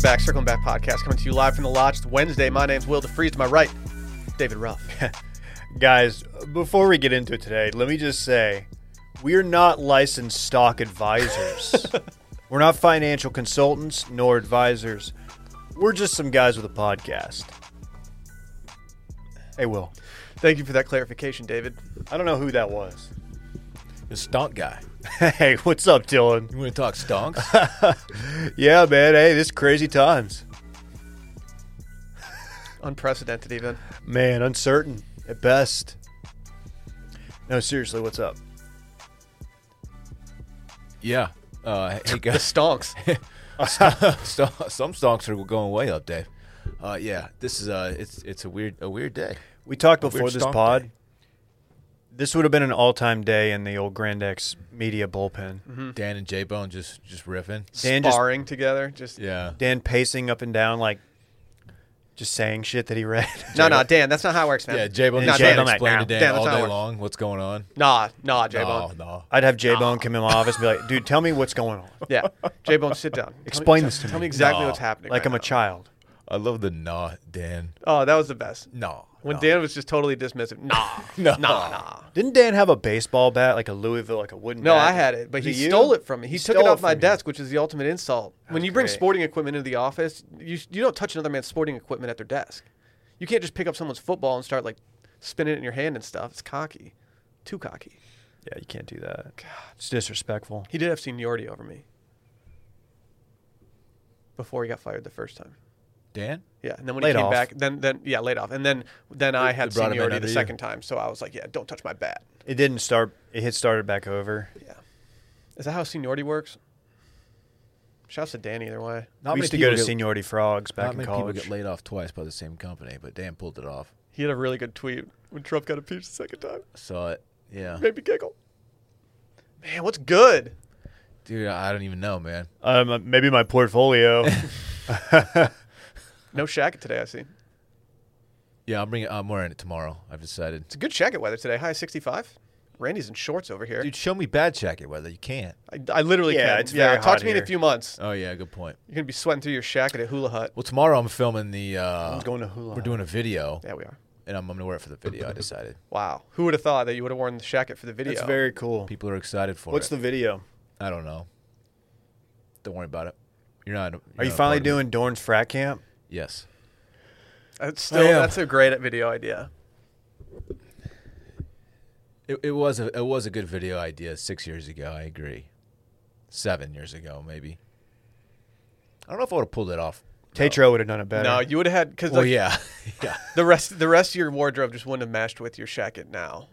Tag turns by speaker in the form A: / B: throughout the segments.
A: back, Circling Back podcast coming to you live from the lodge. It's Wednesday. My name's Will DeFreeze. To my right, David Ruff.
B: Guys, before we get into it today, let me just say we're not licensed stock advisors. we're not financial consultants nor advisors. We're just some guys with a podcast. Hey, Will.
A: Thank you for that clarification, David.
B: I don't know who that was.
C: The stonk guy.
B: hey, what's up, Dylan?
C: You want to talk stonks?
B: Yeah, man. Hey, this is crazy times.
A: Unprecedented, even.
B: Man, uncertain at best. No, seriously, what's up?
C: yeah. Uh, hey
A: The
C: guys,
A: stonks.
C: Ston- some stonks are going way up, Dave. Uh, yeah, this is uh, it's it's a weird a weird day.
B: We talked
C: A weird
B: before this
C: stonk
B: pod.
C: day.
B: This would have been an all-time day in the old Grand X media
C: Mm-hmm.
B: bullpen.
C: Dan and J Bone just just riffing.
B: Dan just
A: Sparring together. Just
C: Yeah,
B: Dan pacing up and down, like just saying shit that he read.
A: No, no, Dan, that's not how it works, man.
C: yeah. J Bone
A: Nah,
C: just
B: Dan,
C: trying to
B: I'm like,
C: explain
B: nah,
C: to Dan,
A: Dan, that's
C: all
A: not
C: day
A: work.
C: long what's going on.
A: Nah, nah, J
C: Oh
A: Bone.
C: no,
B: I'd have J Bone come in my office and be like, "Dude, tell me what's going on.
A: Yeah. J Bone, sit down. Tell me-
B: Explain
A: tell-
B: this to
A: Tell
B: me.
A: me exactly
C: Nah.
A: what's happening.
B: Like
A: right
B: I'm a
A: now.
B: child."
C: I love the nah, Dan.
A: Oh, that was the best.
C: Nah.
A: When
C: nah.
A: Dan was just totally dismissive. Nah.
C: No.
A: Nah, nah.
B: Didn't Dan have a baseball bat, like a Louisville, like a wooden?
A: No,
B: bat?
A: I had it, but he
B: Do you?
A: stole it from me. He, took it
B: stole
A: off my
B: from you.
A: desk, which is the ultimate insult. when you bring
B: great.
A: sporting equipment into the office, you you don't touch another man's sporting equipment at their desk. You can't just pick up someone's football and start like spinning it in your hand and stuff. It's cocky, too cocky.
B: Yeah, you can't do that. It's disrespectful.
A: He did have seniority over me before he got fired the first time.
C: Dan.
A: Yeah, and then when
B: Laid
A: he came
B: off.
A: back, then then yeah, laid off, and then then I had
C: they brought him in
A: seniority the
C: under you.
A: second time, so I was like, yeah, don't touch my bat.
B: It didn't start. It had started back over.
A: Yeah, is that how seniority works? Shouts to Dan either way.
B: Not we
C: many
B: used to go to
C: people get-
B: seniority frogs back
C: Not
B: in
C: many people
B: college.
C: get laid off twice by the same company, but Dan pulled it off.
A: He had a really good tweet when Trump got impeached the second time.
C: Saw it. Yeah,
A: Made me giggle. Man, what's good?
C: dude. I don't even know, man.
B: Um, maybe my portfolio.
A: No shacket today, I see. It's
C: Yeah, I'm bringing. I'm wearing it tomorrow. I've decided.
A: a good shacket weather today. High 65. Randy's in shorts over here.
C: Dude, show me bad jacket weather. You can't.
A: I, I literally
B: Yeah,
A: can.
B: it's very
A: talk
B: hot
A: to me in a
B: here.
A: few months.
C: Oh yeah, good point.
A: You're gonna be sweating through your shacket at Hula Hut.
C: Well, tomorrow I'm filming the. Uh,
B: I'm going to hula.
C: we're doing a video,
A: Yeah, we are.
C: and I'm, I'm gonna wear it for the video. I decided.
A: Wow. Who would have thought that you would have worn the shacket for the video?
B: It's very cool.
C: People are excited for
B: What's
C: it.
B: the video?
C: The... I don't know. Don't worry about it. You're not. You're
B: Are you
C: not a
B: finally
C: part of it.
B: doing Dorn's frat camp?
C: Yes.
A: That's
B: Oh,
C: I
A: still
C: am.
A: that's a great video idea.
C: It, it was a it was a good video idea six years ago. I agree. Seven years ago, maybe. I don't know if I would have pulled it off.
B: Tatro would have done it better. Oh,
A: No, you would have had because
C: Well, yeah, yeah.
A: the rest the rest of your wardrobe just wouldn't have matched with your shacket now.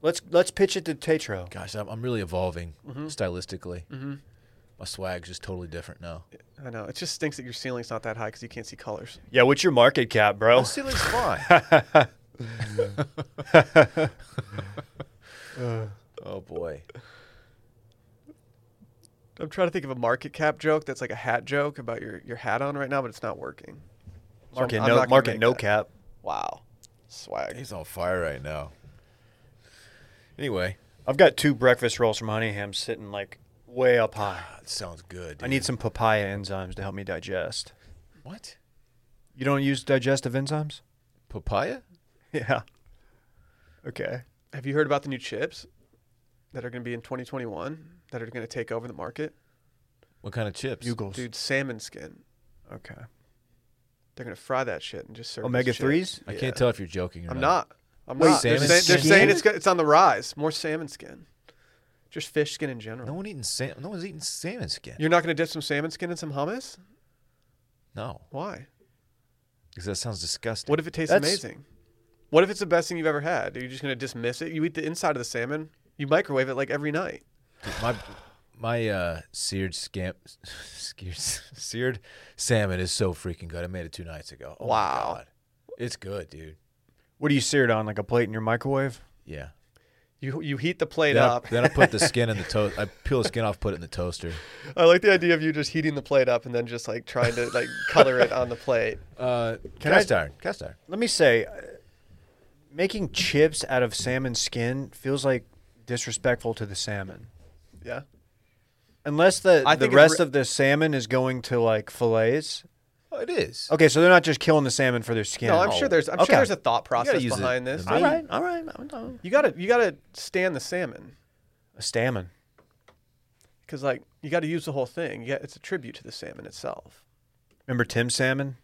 B: Let's let's pitch it to Tatro.
C: Gosh, I'm, I'm really evolving
B: Mm-hmm.
C: stylistically. My swag's just totally different now.
A: I know. It just stinks that your ceiling's not that high because you can't see colors.
B: Yeah, what's your market cap, bro?
C: The ceiling's fine. oh boy.
A: I'm trying to think of a market cap joke that's like a hat joke about your, your hat on right now, but it's not working. So
B: Market
A: I'm- I'm
B: no,
A: not gonna
B: market
A: make
B: no
A: that.
B: cap.
A: Wow. Swag.
C: He's on fire right now. Anyway,
B: I've got two breakfast rolls from Honeyham sitting like way up high.
C: that sounds good.
B: I need some papaya enzymes to help me digest.
C: what?
B: You don't use digestive enzymes?
C: Papaya?
B: Yeah. Okay.
A: Have you heard about the new chips that are going to be in 2021 that are going to take over the market?
C: What kind of chips?
B: Bugles.
A: Dude, salmon skin.
B: Okay.
A: They're going to fry that shit and just serve it as
B: Omega
A: chips.
B: threes?
C: I
A: Yeah.
C: can't tell if you're joking or
A: I'm
C: not.
A: not. I'm
B: Wait,
A: not. They're,
C: salmon
A: saying, they're
C: skin?
A: saying it's go- it's on the rise. More salmon skin. Just fish skin in general.
C: No one eating salmon. No one's eating salmon skin.
A: You're not going to dip some salmon skin in some hummus?
C: no,
A: Why?
C: because that sounds disgusting.
A: What if it tastes
B: That's-
A: amazing? What if it's the best thing you've ever had? Are you just going to dismiss it? You eat the inside of the salmon. You microwave it like every night.
C: my my uh, seared scamp, seared, seared salmon is so freaking good. I made it two nights ago. Oh my
A: Wow.
C: God. it's good, dude.
B: What do you sear it on? Like a plate in your microwave?
C: Yeah.
A: You you heat the plate
C: Then I,
A: up.
C: then I put the skin in the toast. I peel the skin off, put it in the toaster.
A: I like the idea of you just heating the plate up and then just like trying to like color it on the plate.
C: Uh,
B: Can
C: cast
B: I-
C: iron, cast iron.
B: Let me say, uh, making chips out of salmon skin feels like disrespectful to the salmon.
A: Yeah.
B: Unless the,
A: I
B: the
A: think it's
B: rest
A: re-
B: of the salmon is going to like fillets,
C: Oh, it is.
B: Okay, so they're not just killing the salmon for their skin.
A: No, I'm sure there's. I'm
B: oh, Okay.
A: sure there's a thought process
C: use the-
A: behind this.
C: the
B: All right, all right. I'm done.
A: You gotta you gotta stand the salmon
B: A salmon.
A: because like you gotta use the whole thing. Yeah, it's a tribute to the salmon itself.
B: Remember Tim Salmon?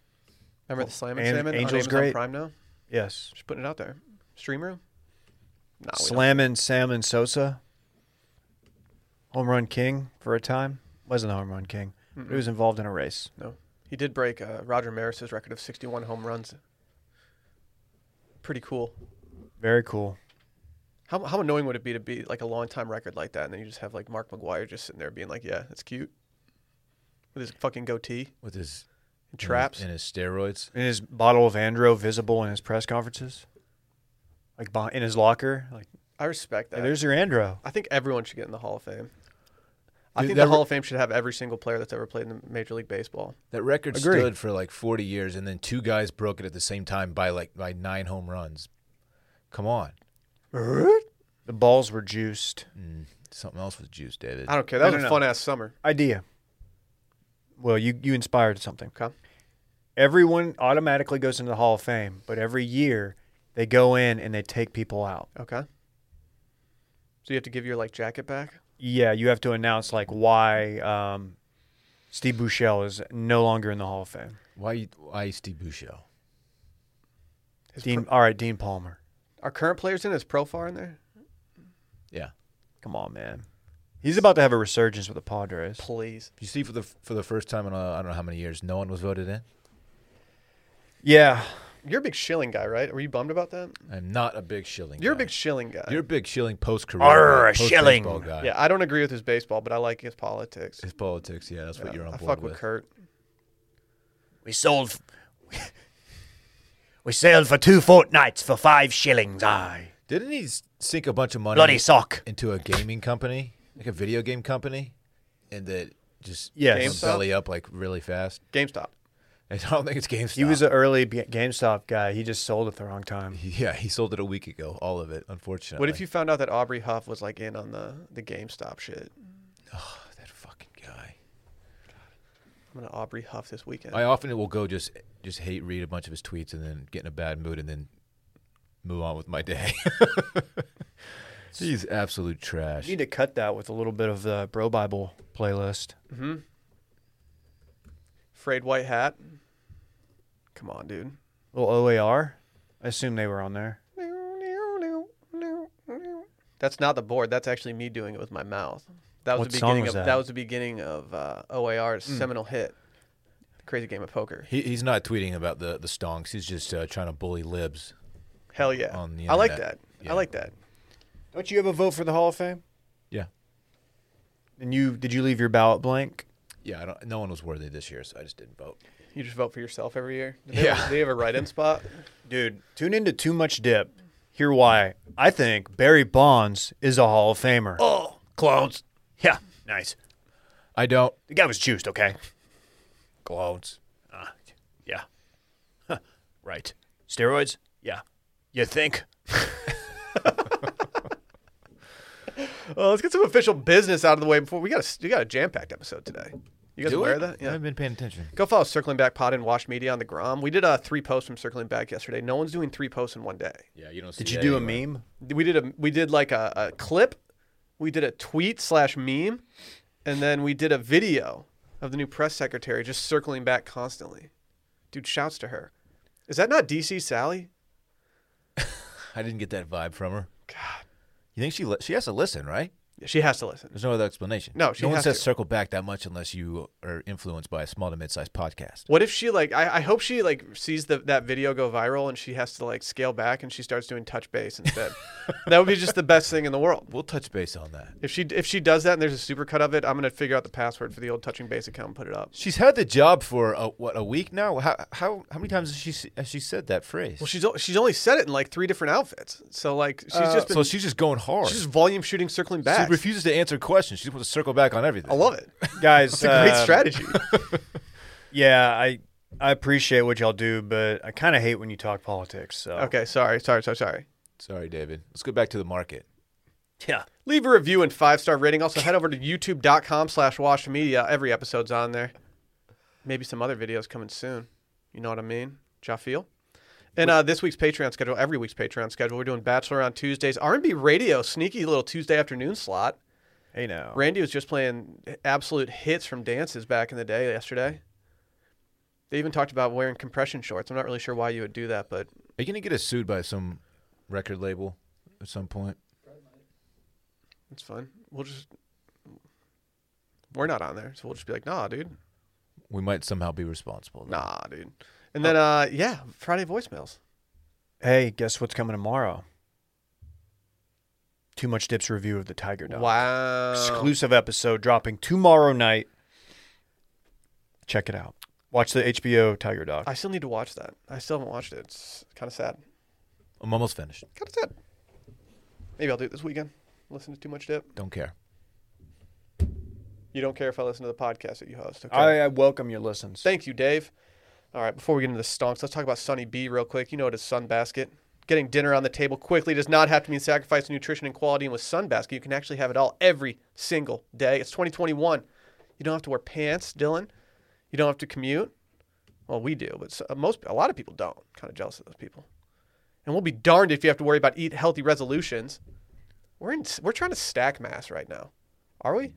A: Remember the Slam and
B: An-
A: Salmon
B: Angel's
A: on Amazon
B: great.
A: Prime now?
B: Yes.
A: Just putting it out there. Streamer? No, Ah, we don't.
B: Slamming Salmon Sosa. Home run king for a time. Wasn't a home run king. but He was involved in a race.
A: no. He did break uh, Roger Maris's record of 61 home runs. Pretty cool.
B: Very cool.
A: How, how annoying would it be to be like a long time record like that, and then you just have like Mark McGuire just sitting there being like, "Yeah, that's cute," with his fucking goatee
C: With his
A: and traps.
C: and his, and his steroids.
B: In his bottle of Andro visible in his press conferences? Like beh- in his locker? Like,
A: I respect
B: hey,
A: that.
B: there's your Andro.
A: I think everyone should get in the Hall of Fame. I
C: Dude,
A: think
C: that
A: the
C: re-
A: Hall of Fame should have every single player that's ever played in the Major League Baseball.
C: That record
B: Agree.
C: stood for like 40 years, and then two guys broke it at the same time by like by nine home runs. Come on,
B: The balls were juiced.
C: Mm, something else was juice, David.
A: I don't care.
B: No,
A: That was
B: no,
A: a
B: no.
A: fun ass summer.
B: Idea. Well, you, you inspired something.
A: Okay.
B: Everyone automatically goes into the Hall of Fame, but every year they go in and they take people out.
A: Okay. So you have to give your like jacket back.
B: Yeah, you have to announce like why um, Steve Bouchel is no longer in the Hall of Fame.
C: Why you- why Steve Bouchel?
A: His
B: Dean, all right, Dean Palmer.
A: Our current players in his profar in there?
C: Yeah,
B: Come on, man. He's about to have a resurgence with the Padres.
A: Please.
C: you see for the for the first time in uh, I don't know how many years, no one was voted in.
B: Yeah,
A: You're a big shilling guy, right? Were you bummed about that?
C: I'm not a big shilling.
A: You're a
C: guy.
A: big shilling guy.
C: You're a big shilling post
B: Arr,
C: career.
B: a shilling.
C: guy.
A: yeah, I don't agree with his baseball, but I like his politics.
C: His politics, yeah, that's what you're on
A: I
C: board
A: fuck
C: with.
A: with Kurt.
B: we sold. We sailed for two fortnights for five shillings. Aye,
C: Didn't he s- sink a bunch of money
B: sock.
C: into a gaming company, like a video game company, and that just
B: Yes.
C: went
A: GameStop?
C: belly up like really fast?
A: GameStop.
C: I don't think it's GameStop.
B: He was an early B- GameStop guy. He just sold at the wrong time.
C: yeah, he sold it a week ago. All of it, unfortunately.
A: What if you found out that Aubrey Huff was like in on the, the GameStop shit?
C: Oh, that fucking guy?
A: I'm gonna Aubrey Huff this weekend.
C: I often will go just just hate read a bunch of his tweets and then get in a bad mood and then move on with my day. He's absolute trash.
B: need to cut that with a little bit of the Bro Bible playlist.
A: Frayed white hat. Come on, dude.
B: Little OAR. I assume they were on there.
A: That's not the board. That's actually me doing it with my mouth. That was
B: What
A: the
B: song
A: beginning
B: was
A: of
B: that?
A: that? was the beginning of uh, OAR's
C: Mm.
A: seminal hit, Crazy Game of Poker.
C: He, he's not tweeting about the the stonks. He's just uh, trying to bully libs.
A: Hell yeah!
C: On the
A: I like that.
C: internet. Yeah.
A: I like that.
B: Don't you have a vote for the Hall of Fame?
C: Yeah,
B: And you did you leave your ballot blank?
C: yeah. I don't, no one was worthy this year, so I just didn't vote.
A: You just vote for yourself every year. Do they
C: Yeah.
A: Have, do they have a write-in spot.
B: Dude, tune into Too Much Dip. Hear why. I think Barry Bonds is a Hall of Famer.
C: Oh, clones!
B: yeah. Nice.
C: I don't
B: The guy was juiced, okay? Ah,
C: clones.
B: Yeah. right. Steroids? Yeah. You think?
A: Well, Uh, let's get some official business out of the way before we got a we got a jam-packed episode today. You guys
C: Do
A: aware
C: it?
A: of that?
C: I haven't been paying attention.
A: Go follow Circling Back Pod and Wash Media on the Grom. We did uh, three posts from Circling Back yesterday. No one's doing three posts in one day.
C: Yeah, you don't. See
B: Did you
C: that
B: do a
C: anywhere.
B: meme?
A: we did a we did like a, a clip, we did a tweet slash meme, and then we did a video of the new press secretary just circling back constantly. Dude, shouts to her. Is that not DC Sally?
C: I didn't get that vibe from her.
A: God,
C: You think she li- she has to listen, right?
A: she has to listen.
C: There's no other explanation.
A: No, she
C: no one
A: has
C: says
A: to.
C: circle back that much unless you are influenced by a small to mid-sized podcast.
A: What if she like? I, I hope she like sees the, that video go viral and she has to like scale back and she starts doing touch base instead. that would be just the best thing in the world.
C: We'll touch base on that.
A: If she if she does that and there's a supercut of it, I'm gonna figure out the password for the old touching base account and put it up.
C: She's had the job for a, what a week now. How how how many times has she s- has she said that phrase?
A: Well, she's o- she's only said it in like three different outfits, so like she's just been
C: Uh, so she's just going hard.
A: She's just volume shooting, circling
C: she
A: back.
C: refuses to answer questions. She wants to circle back on everything.
A: I love it.
B: Guys,
A: It's a great
B: um,
A: strategy.
B: Yeah, I I appreciate what y'all do, but I kind of hate when you talk politics. So
A: okay, sorry, sorry, sorry, sorry.
C: Sorry, David. Let's go back to the market.
B: yeah,
A: Leave a review and five star rating. Also, head over to youtube.com slash wash media. Every episode's on there. Maybe some other videos coming soon. You know what I mean? Jafiel? And uh, this week's Patreon schedule, every week's Patreon schedule, we're doing Bachelor on Tuesdays. R&B Radio, sneaky little Tuesday afternoon slot.
B: Hey now.
A: Randy was just playing absolute hits from dances back in the day yesterday. They even talked about wearing compression shorts. I'm not really sure why you would do that, but
C: Are you gonna get us sued by some record label at some point?
A: it's fun. We'll just we're not on there, so we'll just be like, nah, dude,
C: We might somehow be responsible. though.
A: nah, dude. And then, uh, yeah, Friday voicemails.
B: Hey, guess what's coming tomorrow? Too much dips review of the Tiger Dog.
A: Wow.
B: Exclusive episode dropping tomorrow night. Check it out. Watch the HBO Tiger Dog.
A: I still need to watch that. I still haven't watched it. It's kind of sad.
C: I'm almost finished.
A: Kind of sad. Maybe I'll do it this weekend. Listen to too much dip.
C: Don't care.
A: You don't care if I listen to the podcast that you host. Okay.
B: I, I welcome your listens.
A: Thank you, Dave. All right, before we get into the stonks, let's talk about Sunny B real quick. You know it is Sunbasket. Getting dinner on the table quickly does not have to mean sacrifice of nutrition and quality. And with Sunbasket, you can actually have it all every single day. It's 2021. You don't have to wear pants, Dylan. You don't have to commute. Well, we do, but so- uh, most a lot of people don't. Kind of jealous of those people. And we'll be darned if you have to worry about eat healthy resolutions. We're in, we're trying to stack mass right now, are we?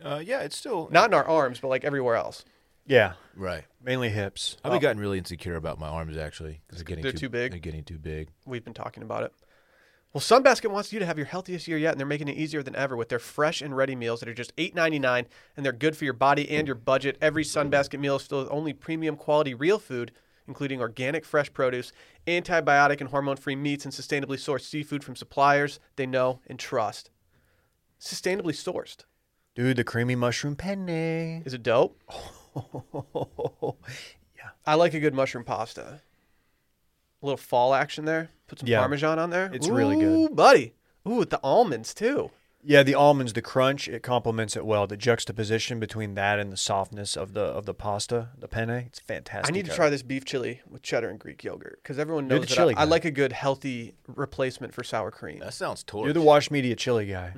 B: Uh, yeah, it's still
A: Not in our arms, but like everywhere else.
B: Yeah,
C: Right.
B: mainly hips. Oh,
C: I've been gotten really insecure about my arms actually because they're getting
A: They're too big.
C: They're getting too big.
A: we've been talking about it. Well, Sunbasket wants you to have your healthiest year yet, and they're making it easier than ever with their fresh and ready meals that are just $8.99, and they're good for your body and your budget. Every Sunbasket meal is filled with only premium quality real food, including organic fresh produce, antibiotic and hormone free meats, and sustainably sourced seafood from suppliers they know and trust. Sustainably sourced.
B: Dude, the creamy mushroom penne.
A: Is it dope?
B: yeah.
A: I like a good mushroom pasta. A little fall action there. Put some
B: Yeah.
A: parmesan on there.
B: It's really good.
A: Ooh, buddy. Ooh, with the almonds too.
B: Yeah, the almonds, the crunch, it complements it well. The juxtaposition between that and the softness of the of the pasta, the penne, it's fantastic.
A: I need to try this beef chili with cheddar and Greek yogurt because everyone
B: You're
A: knows
B: the
A: that I-
B: chili
A: I,
B: guy.
A: like a good healthy replacement for sour cream.
C: That sounds torture.
B: You're the wash media chili guy.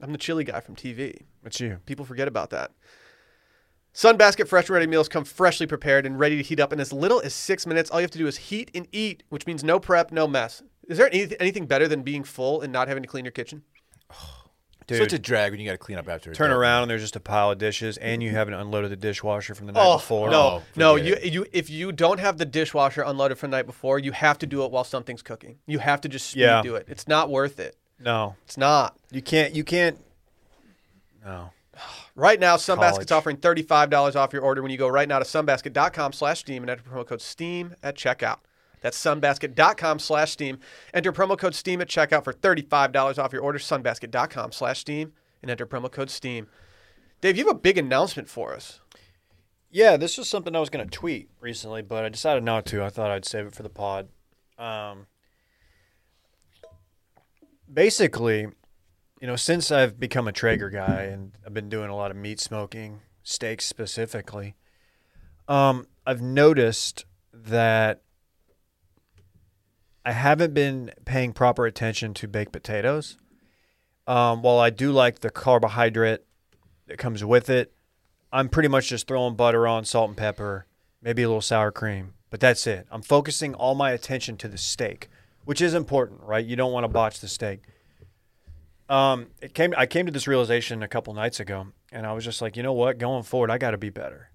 A: I'm the chili guy from TV.
B: It's you.
A: People forget about that. Sunbasket fresh and ready meals come freshly prepared and ready to heat up in as little as six minutes. All you have to do is heat and eat, which means no prep, no mess. Is there anyth- anything better than being full and not having to clean your kitchen?
B: Dude,
C: Such a drag when you got to clean up after. a
B: turn
C: day.
B: around and there's just a pile of dishes and you haven't unloaded the dishwasher from the night
A: Oh
B: before.
A: no,
C: Oh,
A: no! You,
C: forget
A: you if you don't have the dishwasher unloaded from the night before, you have to do it while something's cooking. You have to just speed
B: Yeah.
A: do it. It's not worth it.
B: No.
A: It's not.
B: You can't you can't No.
A: Right now, Sunbasket's
B: College.
A: offering $35 off your order when you go right now to sunbasket.com slash steam and enter promo code STEAM at checkout. That's sunbasket.com slash steam. Enter promo code STEAM at checkout for $35 off your order, sunbasket.com slash steam, and enter promo code STEAM. Dave, you have a big announcement for us.
B: Yeah, this was something I was gonna tweet recently, but I decided not to. I thought I'd save it for the pod. Um, basically, you know, since I've become a Traeger guy and I've been doing a lot of meat smoking, steaks specifically, um, I've noticed that I haven't been paying proper attention to baked potatoes. Um, while I do like the carbohydrate that comes with it, I'm pretty much just throwing butter on, salt and pepper, maybe a little sour cream, but that's it. I'm focusing all my attention to the steak, which is important, right? You don't want to botch the steak. Um, it came. I came to this realization a couple nights ago, and I was just like, you know what? Going forward, I got to be better.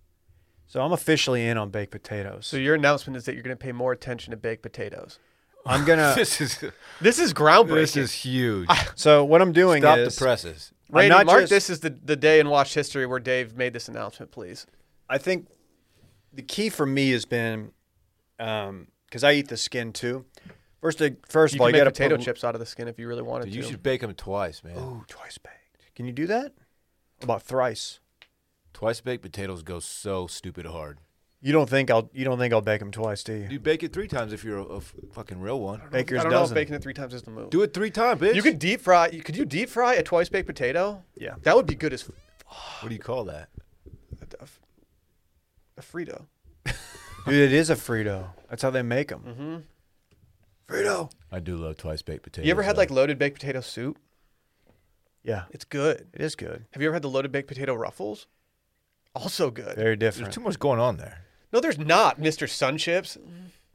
B: So I'm officially in on baked potatoes.
A: So your announcement is that you're going to pay more attention to baked potatoes.
B: I'm gonna.
C: This is
A: This is groundbreaking.
C: this is huge.
B: so what I'm doing
C: Stop
B: is
C: the presses.
B: I'm
A: Randy,
B: not
A: mark
B: just-
A: this is the, the day in Watch History where Dave made this announcement, please.
B: I think the key for me has been because I eat the skin too. First, of- first
A: You
B: of all,
A: can
B: you got
A: make
B: to
A: potato
B: put,
A: chips out of the skin if you really wanted
C: Dude,
A: to.
C: you should bake them twice, man.
B: Ooh, twice baked. Can you do that? About thrice.
C: Twice baked potatoes go so stupid hard.
B: You don't think I'll you don't think I'll bake them twice, do you?
C: You bake it three times if you're a, a f- fucking real one.
B: Baker's
A: I don't
B: dozen.
A: know if baking it three times is the move.
C: Do it three times, bitch.
A: You could deep fry. Could you deep fry a twice baked potato?
B: Yeah.
A: That would be good as
C: What do you call that?
A: a, a, a Frito.
B: Dude, it is a Frito. That's how they make them.
A: Mm-hmm.
B: Frito.
C: I do love twice baked potatoes.
A: You ever had
C: though.
A: like loaded baked potato soup?
B: Yeah,
A: It's good.
B: it is good.
A: Have you ever had the loaded baked potato ruffles? Also good.
B: Very
C: There's
B: different.
C: too much going on there.
A: No, there's not, Mr. Sun Chips.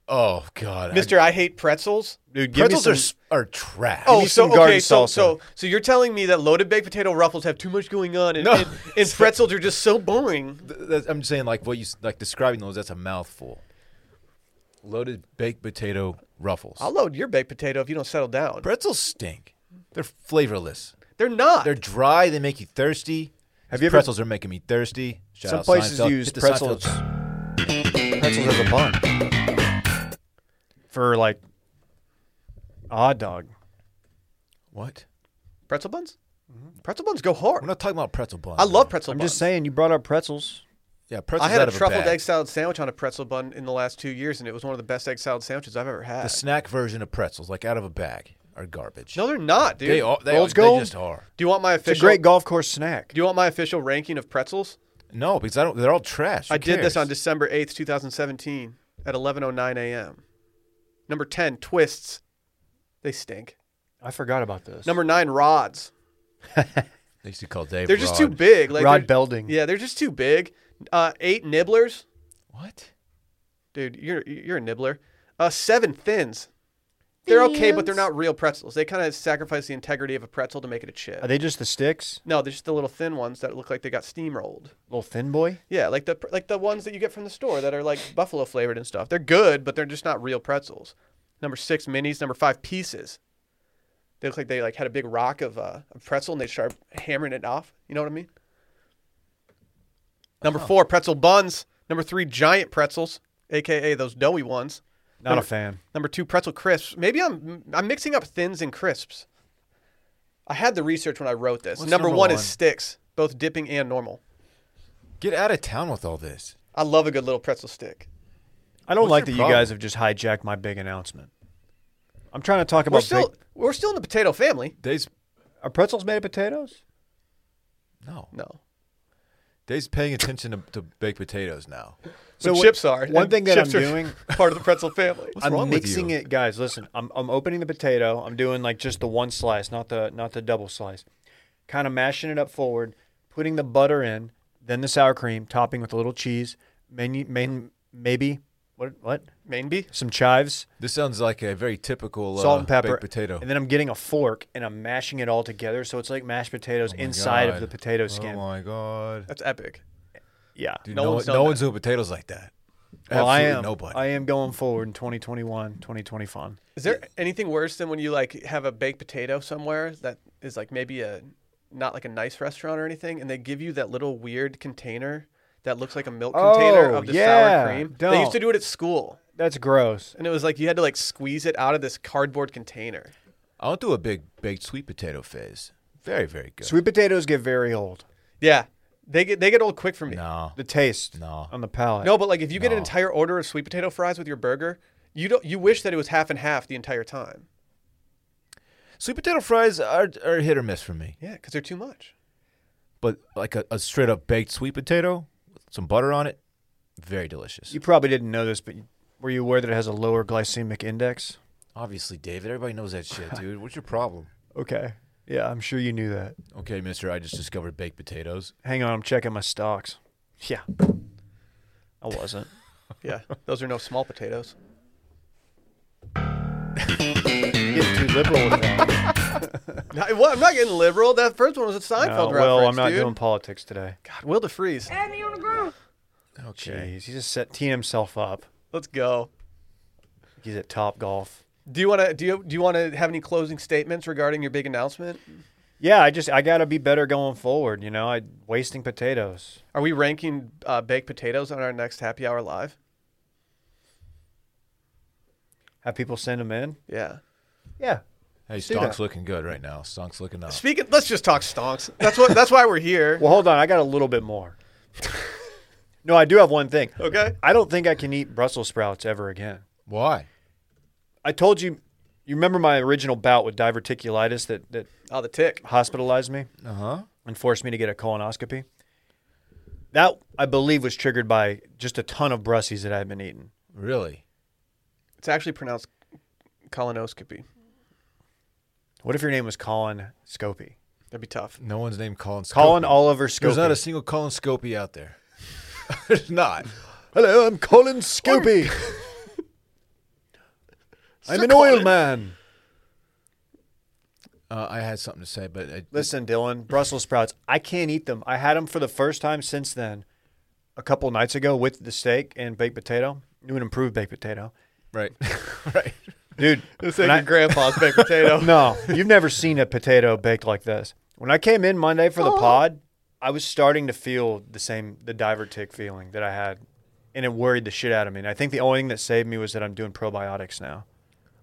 C: Oh God, I-
A: Mr. I, hate pretzels.
B: Dude, give
C: pretzels
B: me
C: are
B: some,
C: s- are trash.
A: Oh,
B: me
A: so
B: some garden
A: okay, so,
B: salsa.
A: so so you're telling me that loaded baked potato ruffles have too much going on, and,
C: No.
A: and, and pretzels are just so boring.
C: Th- that's- I'm just saying like what you s- like describing those. That's a mouthful. Loaded baked potato ruffles.
A: I'll load your baked potato if you don't settle down.
C: Pretzels stink. They're flavorless.
A: They're not.
C: They're dry. They make you thirsty.
B: Have
C: Have
B: you
C: you
B: ever-
C: pretzels are making me thirsty. Shout
B: Some
C: out
B: places
C: Seinfeld.
B: use
C: Hit the
B: pretzels-
C: Seinfeld-
B: pretzels as a bun for like a hot dog.
C: What?
A: pretzel buns. Pretzel buns go hard.
C: We're not talking about pretzel buns.
A: I love
C: man.
A: pretzel
B: I'm
A: buns.
B: just saying, you brought up pretzels.
C: Yeah, pretzels
A: I had
C: out
A: a
C: of
A: truffled
C: bag.
A: egg salad sandwich on a pretzel bun in the last two years, and it was one of the best egg salad sandwiches I've ever had.
C: The snack version of pretzels, like out of a bag, are garbage.
A: no, they're not, dude.
C: they are. They, are,
B: Gold's
C: they
B: Gold?
C: just are.
A: Do you want my
B: It's a
A: official?
B: great golf course snack.
A: do you want my official ranking of pretzels?
C: No, because I don't. They're all trash. Who
A: I did this
C: cares?
A: on December eighth, two thousand seventeen, at eleven oh nine a.m. Number ten, twists. They stink.
B: I forgot about this.
A: Number nine, rods.
C: They used to call Dave.
A: They're just too
C: Rod.
A: big. Like
B: Rod
A: they're-
B: Belding.
A: Yeah, they're just too big. Uh, eight nibblers,
C: What?
A: dude. You're you're a nibbler. Uh, seven thins. They're okay, but they're not real pretzels. They kind of sacrifice the integrity of a pretzel to make it a chip.
B: Are they just the sticks?
A: No, they're just the little thin ones that look like they got steamrolled.
B: Little thin boy.
A: Yeah, like the like the ones that you get from the store that are like buffalo flavored and stuff. They're good, but they're just not real pretzels. Number six, minis. Number five, pieces. They look like they like had a big rock of uh, a pretzel and they started hammering it off. You know what I mean? Number four, pretzel buns. Number three, giant pretzels, aka those doughy ones.
B: Not
A: Number-
B: a fan.
A: Number two, pretzel crisps. Maybe I'm I'm mixing up thins and crisps. I had the research when I wrote this.
C: What's
A: Number,
C: number
A: one,
C: one?
A: is sticks, both dipping and normal.
C: Get out of town with all this.
A: I love a good little pretzel stick.
B: I don't
C: What's
B: like that
C: your
B: you
C: problem?
B: guys have just hijacked my big announcement. I'm trying to talk about
A: We're still
B: big-
A: we're still in the potato family.
C: Dave's
B: are pretzels made of potatoes?
C: no.
A: No,
C: Dave's paying attention to, to baked potatoes now.
A: so
B: what-
A: chips are
B: one
A: and
B: thing that I'm
A: chips are
B: doing-
A: part of the pretzel family.
C: What's wrong
B: I'm
C: with
B: mixing
C: you?
B: it, guys. Listen, I'm I'm opening the potato. I'm doing like just the one slice, not the not the double slice. Kind of mashing it up forward, putting the butter in, then the sour cream, topping with a little cheese, main, main maybe what what
A: Main bee.
B: some chives,
C: This sounds like a very typical
B: salt
C: uh,
B: and pepper,
C: baked potato.
B: and then I'm getting a fork and I'm mashing it all together. So it's like mashed potatoes
C: Oh my
B: inside of
C: God.
B: the potato skin.
C: Oh my god!
A: That's epic.
B: yeah.
C: Dude,
A: No
C: no,
A: one's
C: one's,
A: done
C: no
A: that.
C: one's doing potatoes like that.
B: Well, I
C: Absolutely
B: am.
C: nobody.
B: I am going forward in 2021, 2020 fun.
A: Is there anything worse than when you like have a baked potato somewhere that is like maybe a not like a nice restaurant or anything, and they give you that little weird container that looks like a milk container
B: Oh,
A: of the
B: yeah,
A: sour cream? They
B: don't.
A: used to do it at school,
B: That's gross.
A: and it was like you had to like squeeze it out of this cardboard container.
C: I don't do a big baked sweet potato phase. Very very good.
B: Sweet potatoes get very old.
A: Yeah, they get they get old quick for me.
C: no,
B: The taste
C: No.
B: on the palate.
A: No, but like if you get an
C: No.
A: entire order of sweet potato fries with your burger, you don't you wish that it was half and half the entire time.
C: sweet potato fries are, are hit or miss for me.
A: Yeah, because they're too much.
C: But like a, a straight up baked sweet potato, with some butter on it, very delicious.
B: You probably didn't know this, but you- were you aware that it has a lower glycemic index?
C: Obviously, David. Everybody knows that shit, dude. What's your problem?
B: Okay. Yeah, I'm sure you knew that.
C: Okay, Mister. I just discovered baked potatoes.
B: Hang on, I'm checking my stocks. Yeah. I wasn't.
A: Yeah, those are no small potatoes.
B: Getting too liberal with that.
A: No, I- well, I'm not getting liberal. That first one was a Seinfeld
B: No,
A: reference,
B: well, I'm not
A: dude.
B: doing politics today.
A: God, Will DeFreeze.
C: Okay.
B: Jeez, he's just set teeing himself up.
A: Let's go.
B: He's at Top Golf.
A: Do you want to do you do you want to have any closing statements regarding your big announcement?
B: Yeah, I just I gotta be better going forward. You know, I wasting potatoes.
A: Are we ranking uh, baked potatoes on our next happy hour live?
B: Have people send them in.
A: Yeah.
B: Yeah.
C: Hey,
B: do that.
C: Stonk's looking good right now. Stonk's looking up.
A: Speaking, let's just talk stonks. That's what that's why we're here.
B: Well, hold on. I got a little bit more. no, I do have one thing.
A: Okay.
B: I don't think I can eat Brussels sprouts ever again.
C: Why?
B: I told you, you remember my original bout with diverticulitis that, that
A: Oh, the tick.
B: hospitalized me
C: Uh huh.
B: and forced me to get a colonoscopy? That, I believe, was triggered by just a ton of brussies that I had been eating.
C: Really?
A: It's actually pronounced colonoscopy.
B: What if your name was Colin Scopy?
A: That'd be tough.
C: No one's named Colin. Scopey.
B: Colin Oliver Scopy.
C: There's not a single Colin Scopey out there. There's not.
B: Hello, I'm Colin Scoopy. I'm
A: Sir
B: an oil
A: Colin.
B: man.
C: Uh, I had something to say, but I,
B: Listen, Dylan, Brussels sprouts. I can't eat them. I had them for the first time since then, a couple nights ago with the steak and baked potato. New and improved baked potato,
C: right, right.
B: dude.
A: This
B: when
A: ain't
B: I-
A: your grandpa's baked potato.
B: no, you've never seen a potato baked like this. When I came in Monday for the pod, I was starting to feel the same, the diver tick feeling that I had, and it worried the shit out of me. And I think the only thing that saved me was that I'm doing probiotics now.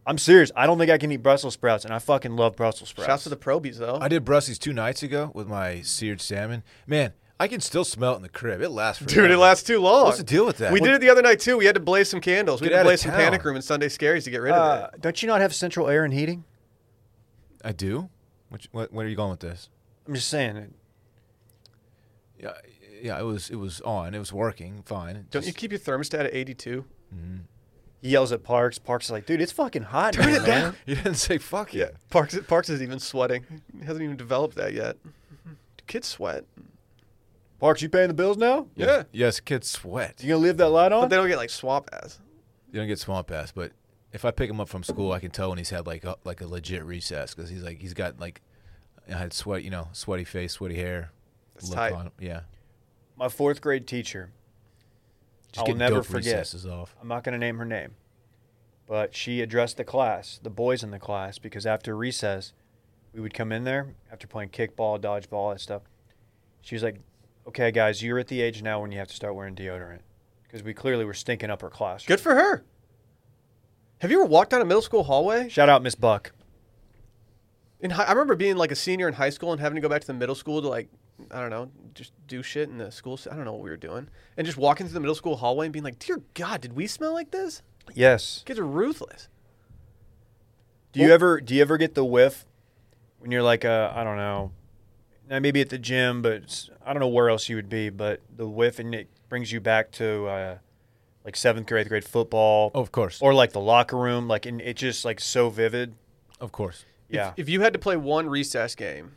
B: I'm serious. I don't think I can eat Brussels sprouts, and I fucking love Brussels sprouts.
A: Shouts to the probies though.
C: I did Brussies two nights ago with my seared salmon. Man, I can still smell it in the crib. It lasts for
A: Dude, it lasts too long.
C: What's the deal with that?
A: We did it the other night too. We had to blaze some candles. We
C: Get
A: had
C: out
A: to
C: of
A: blaze some
C: town.
A: panic room and Sunday scaries to get rid of
B: Uh,
A: it.
B: don't you not have central air and heating?
C: I do. Which, what, where are you going with this?
B: I'm just saying.
C: Yeah, yeah. It was it was on. It was working fine. It
A: Don't
C: just-
A: you keep your thermostat at 82?
B: He yells at Parks. Parks is like, dude, it's fucking hot.
A: Turn
B: in
A: it
B: here,
A: down.
B: man."
C: You didn't say fuck it.
A: Parks Parks is even sweating. He hasn't even developed that yet. Do kids sweat,
B: Parks, you paying the bills now?
A: Yeah.
C: Yes, yes, kids sweat.
B: You gonna leave that light
A: but
B: on?
A: they don't get like swamp ass.
C: You don't get swamp ass, but if I pick him up from school, I can tell when he's had like a, like a legit recess because he's like he's got like I had sweat, you know, sweaty face, sweaty hair.
A: That's tight.
C: him. Yeah,
B: My fourth grade teacher. I'll
C: getting
B: never
C: dope
B: forget.
C: recesses off.
B: I'm not going to name her name, but she addressed the class, the boys in the class, because after recess, we would come in there after playing kickball, dodgeball, that stuff. She was like, "Okay, guys, you're at the age now when you have to start wearing deodorant because we clearly were stinking up her classroom."
A: Good for her. Have you ever walked down a middle school hallway?
B: Shout out, Miss Buck.
A: In hi- I remember being like a senior in high school and having to go back to the middle school to like I don't know, just do shit in the school. s- I don't know what we were doing, and just walking through the middle school hallway and being like, "Dear God, did we smell like this?"
B: Yes.
A: Kids are ruthless.
B: Do you ever do you ever get the whiff when you're like uh, I don't know, now maybe at the gym, but s- I don't know where else you would be, but the whiff and it brings you back to uh, like seventh or eighth grade football,
C: Oh, of course,
B: or like the locker room, like and it's just like so vivid.
C: of course.
A: If-
B: Yeah,
A: If, you had to play one recess game,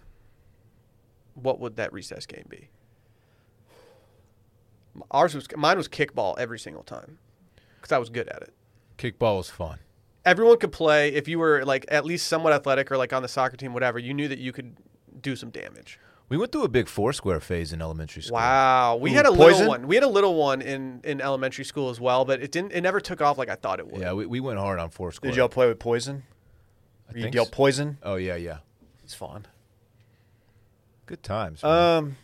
A: what would that recess game be? M- Ours was mine was kickball every single time because I was good at it.
C: Kickball was fun.
A: Everyone could play if you were like at least somewhat athletic or like on the soccer team, whatever. You knew that you could do some damage.
C: We went through a big four square phase in elementary school.
A: Wow, we had a
B: poison?
A: little one. We had a little one in in elementary school as well, but it didn't. It never took off like I thought it would.
C: Yeah, we, we went hard on four square.
B: did y'all play with poison?
C: I
B: You
C: think
B: yell
C: so.
B: poison.
C: Oh yeah, yeah.
B: It's fun.
C: Good times. man.
B: Um,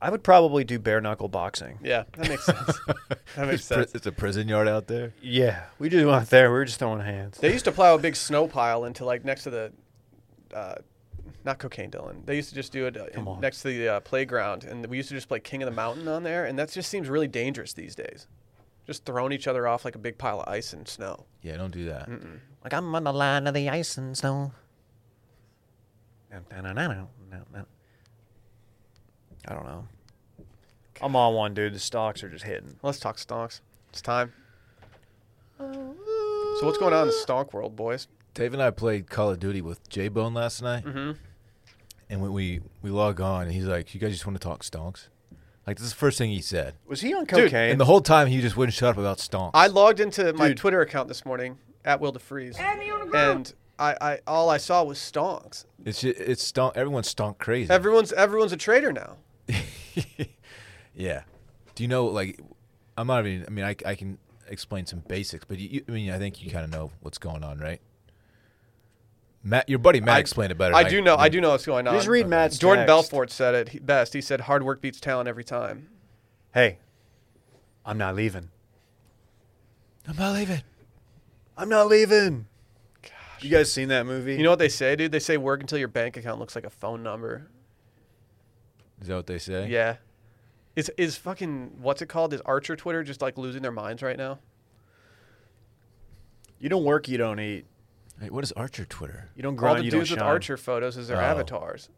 B: I would probably do bare knuckle boxing.
A: Yeah, that makes sense. that makes
C: it's, pri-
A: sense.
C: it's a prison yard out there.
B: Yeah, we just went there. We were just throwing hands.
A: They used to plow a big snow pile into like next to the, uh, not cocaine Dylan. They used to just do it uh, in-
B: on.
A: next to the uh, playground, and we used to just play King of the Mountain on there, and that just seems really dangerous these days. Just throwing each other off like a big pile of ice and snow.
C: Yeah, don't do that.
B: Like I'm on the line of the ice and snow. I don't know. I'm on one, dude. The stocks are just hitting.
A: Let's talk stonks. It's time. So what's going on in the stonk world, boys?
C: Dave and I played Call of Duty with J Bone last night,
A: Mhm.
C: and when we we log on, and he's like, "You guys just want to talk stonks?" Like this is the first thing he said,
B: Was he on
A: Dude,
B: cocaine?
C: and the whole time he just wouldn't shut up about stonks.
A: I logged into my
B: Dude.
A: Twitter account this morning at Will DeFreeze, and I, I all I saw was stonks.
C: it's ju- it's stonk. Everyone's stonk crazy.
A: Everyone's everyone's a traitor now.
C: yeah. Do you know like I'm not even. I mean, I, I can explain some basics, but you, you, I mean, I think you kind of know what's going on, right? Matt, your buddy Matt
A: I-
C: explained it better.
A: I
C: than
A: do know. I
C: than-
A: do know what's going on.
B: just read Matt's
A: Jordan
B: text.
A: Belfort said it he- best. He said, "Hard work beats talent every time."
B: Hey, I'm not leaving.
C: I'm not leaving.
B: I'm not leaving. You guys seen that movie?
A: You know what they say, dude? They say work until your bank account looks like a phone number.
C: Is that what they say?
A: Yeah. Is is fucking what's it called? Is Archer Twitter just like losing their minds right now?
B: you don't work, you don't eat.
C: Wait, what is Archer Twitter?
B: You don't
A: All
B: grind,
A: the
B: you don't
A: dudes
B: shine.
A: with Archer photos is their
C: Oh.
A: avatars.